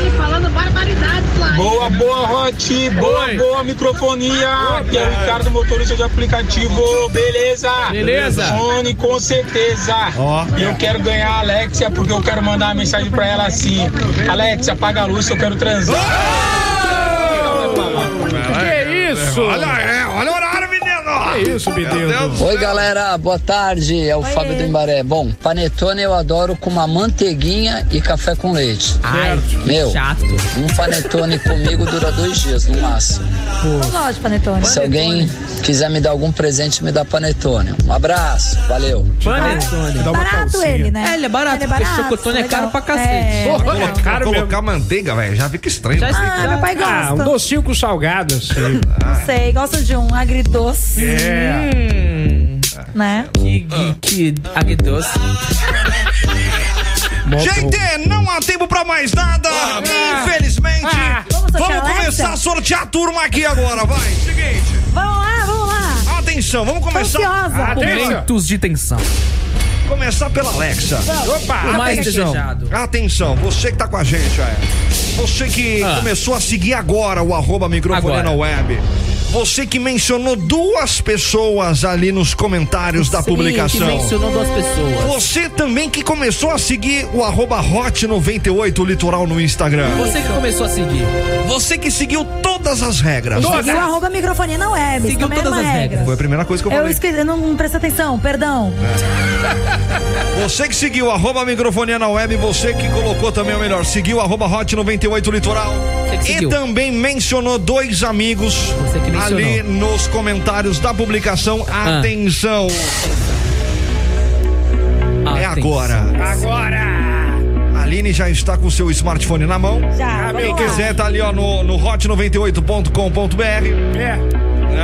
Ele falando barbaridade lá. Boa, boa, Hot. Boa, boa, microfonia. Que é o Ricardo, motorista de aplicativo. Beleza? Beleza. Sony, com certeza. Ó. E eu quero ganhar a Alexia porque eu quero mandar uma mensagem pra ela assim: Alexia, apaga a luz, eu quero transar. Que isso? Olha, é, olha o horário, menino. Que isso, menino? Oi galera, boa tarde, é o Fábio do Embaré. Bom, panetone eu adoro com uma manteiguinha e café com leite. Ai, meu, chato. um panetone comigo dura dois dias no máximo. Eu gosto de panetone. Se alguém quiser me dar algum presente, me dá panetone. Um abraço, valeu. Panetone. Então, Barato ele, né? É, ele é barato, Ele é porque barato, chocotone é caro legal. pra cacete. É, Porra, legal. colocar, colocar manteiga, velho, já fica estranho. Já Ah, meu pai Ah, um gosta. docinho com salgado, assim. Não sei, gosta de um agridoce. É. Né? Que, que, que agridoce. Gente, não há tempo pra mais nada. Infelizmente, vamos, sortear a Alexa? começar a sortear a turma aqui agora, vai. Seguinte. então? Vamos lá, vamos lá. Atenção, vamos começar. Ansiosa. Momentos de tensão. Começar pela Alexa. Vamos. O mais desejado. Atenção, você que tá com a gente, é. Você que Ah. começou a seguir agora o arroba microfone Agora. na web. Você que mencionou duas pessoas ali nos comentários da Sim, publicação. que mencionou duas pessoas. Você também que começou a seguir o arroba hot98 litoral no Instagram. Você que começou a seguir. Você que seguiu todas as regras. Seguiu o arroba microfonia na web. isso também é uma regra. Foi a primeira coisa que eu, Eu falei. esqueci, eu não prestei atenção, perdão. Você que seguiu arroba microfonia na web, você que colocou também o melhor, seguiu arroba hot 98 litoral. E também mencionou dois amigos mencionou. ali nos comentários da publicação. Ah. Atenção! É agora. Agora! Aline já está com o seu smartphone na mão. Já, Quem vamos lá. quiser, tá ali ó, no, no hot98.com.br. É.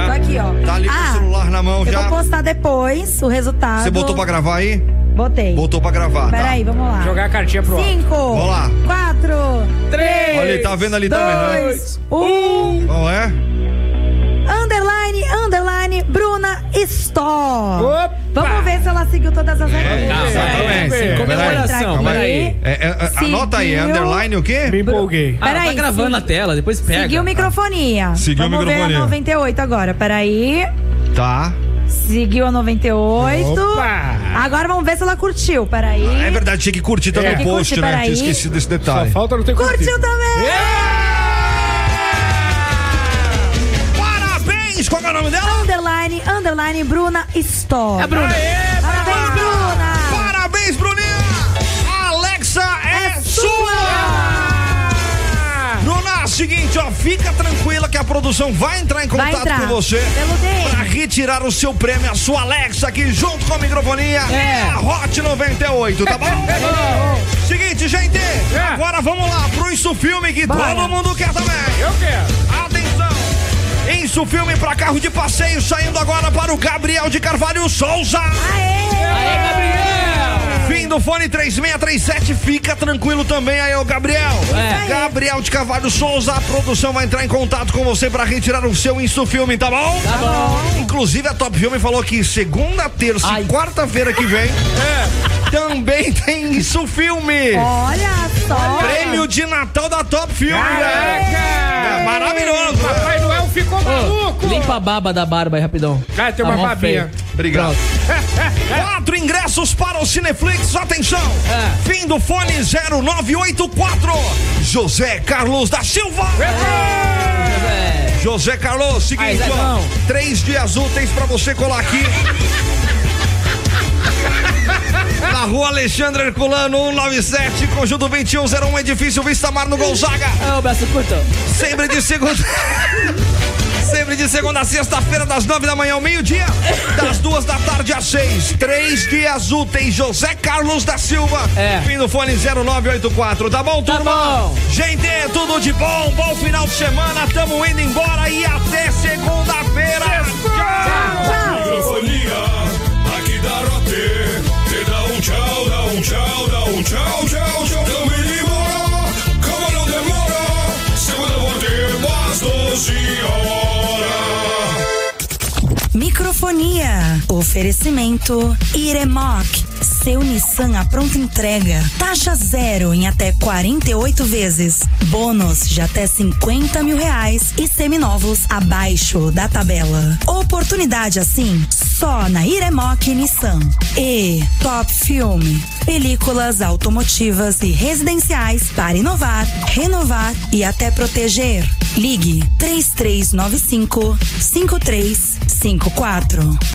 Tô aqui, ó. Tá ali com Ah, o celular na mão Eu já. vou postar depois o resultado. Você botou pra gravar aí? Tá Botei. Botou pra gravar. tá. Peraí, vamos lá. Jogar a cartinha pro alto. Cinco. Vamos lá. Quatro. Três. Olha, ele tá vendo ali também, né? dois, Um. Não é? Underline, underline, Bruna Store. Opa! Vamos ver se ela seguiu todas as regras. calma, calma, É. Vamos peraí. entrar Calma aí. aqui. É, é, é, anota aí, é Seguiu. underline o quê? Me empolguei. Ah, tá Peraí, gravando sim. na tela, depois pega. Seguiu microfonia. Seguiu Vamos ver microfonia. a 98 agora. Peraí. Tá. Seguiu a 98. Opa! Agora vamos ver se ela curtiu. Peraí. É verdade, tinha que curtir também o Tem É. que post, curtir, né? peraí. Tinha esquecido desse detalhe. falta não ter Curtiu também! É! Parabéns! Qual é o nome dela? Underline, underline, Bruna Store. É Bruna. Parabéns, Bruna. Parabéns, Bruninha! Alexa é, sua! Bruna, é o seguinte, ó, fica tranquila que a produção vai entrar em Vai contato entrar. com você Pelo DM. pra retirar o seu prêmio, a sua Alexa aqui junto com a microfonia É. a Hot 98, tá bom? Seguinte, gente, agora vamos lá pro Isso Filme que É. Bora. todo mundo quer também. Eu quero. Atenção! Isso Filme pra carro de passeio, saindo agora para o Gabriel de Carvalho Souza. Aê, Gabriel! Fim do fone 3637, fica tranquilo também aí, ô Gabriel. É. Gabriel de Cavalho Souza, a produção vai entrar em contato com você pra retirar o seu Insta Filme, tá bom? Tá bom. Inclusive a Top Filme falou que segunda, terça e quarta-feira que vem também tem Insta Filme. Olha só. Prêmio de Natal da Top Filme, velho. É maravilhoso. Papai Noel ficou maluco. Ah, Limpa a baba da barba aí, rapidão. Cara, tem Tá uma mó babinha. feio. Obrigado. Quatro ingressos para o Cineflix, atenção! Fim do fone 0984, José Carlos da Silva! José Carlos, seguinte, Aí, ó, Zezão. três dias úteis para você colar aqui. Na rua Alexandre Herculano, 197, conjunto 2101, edifício Vista Mar no Gonzaga. Ah, o braço curto. Sempre de segunda. Sempre de segunda a sexta-feira, das nove da manhã ao meio-dia, das duas da tarde às seis. Três dias úteis, José Carlos da Silva. É. Fim do fone 0984. Tá bom, turma? bom. Gente, tudo de bom. Bom final de semana. Tamo indo embora e até segunda-feira. Microfonia, aqui da Rote. Te dá um tchau, dá um tchau, dá um tchau, tchau, tchau. Tamo indo embora, calma não demora. Segunda voltemos às 12 horas. Microfonia. Oferecimento Iremoc. Seu Nissan à pronta entrega. Taxa zero em até 48 vezes. Bônus de até 50 mil reais e seminovos abaixo da tabela. Oportunidade assim só na Iremoc Nissan. E Top Filme. Películas automotivas e residenciais para inovar, renovar e até proteger. Ligue 3395 5354.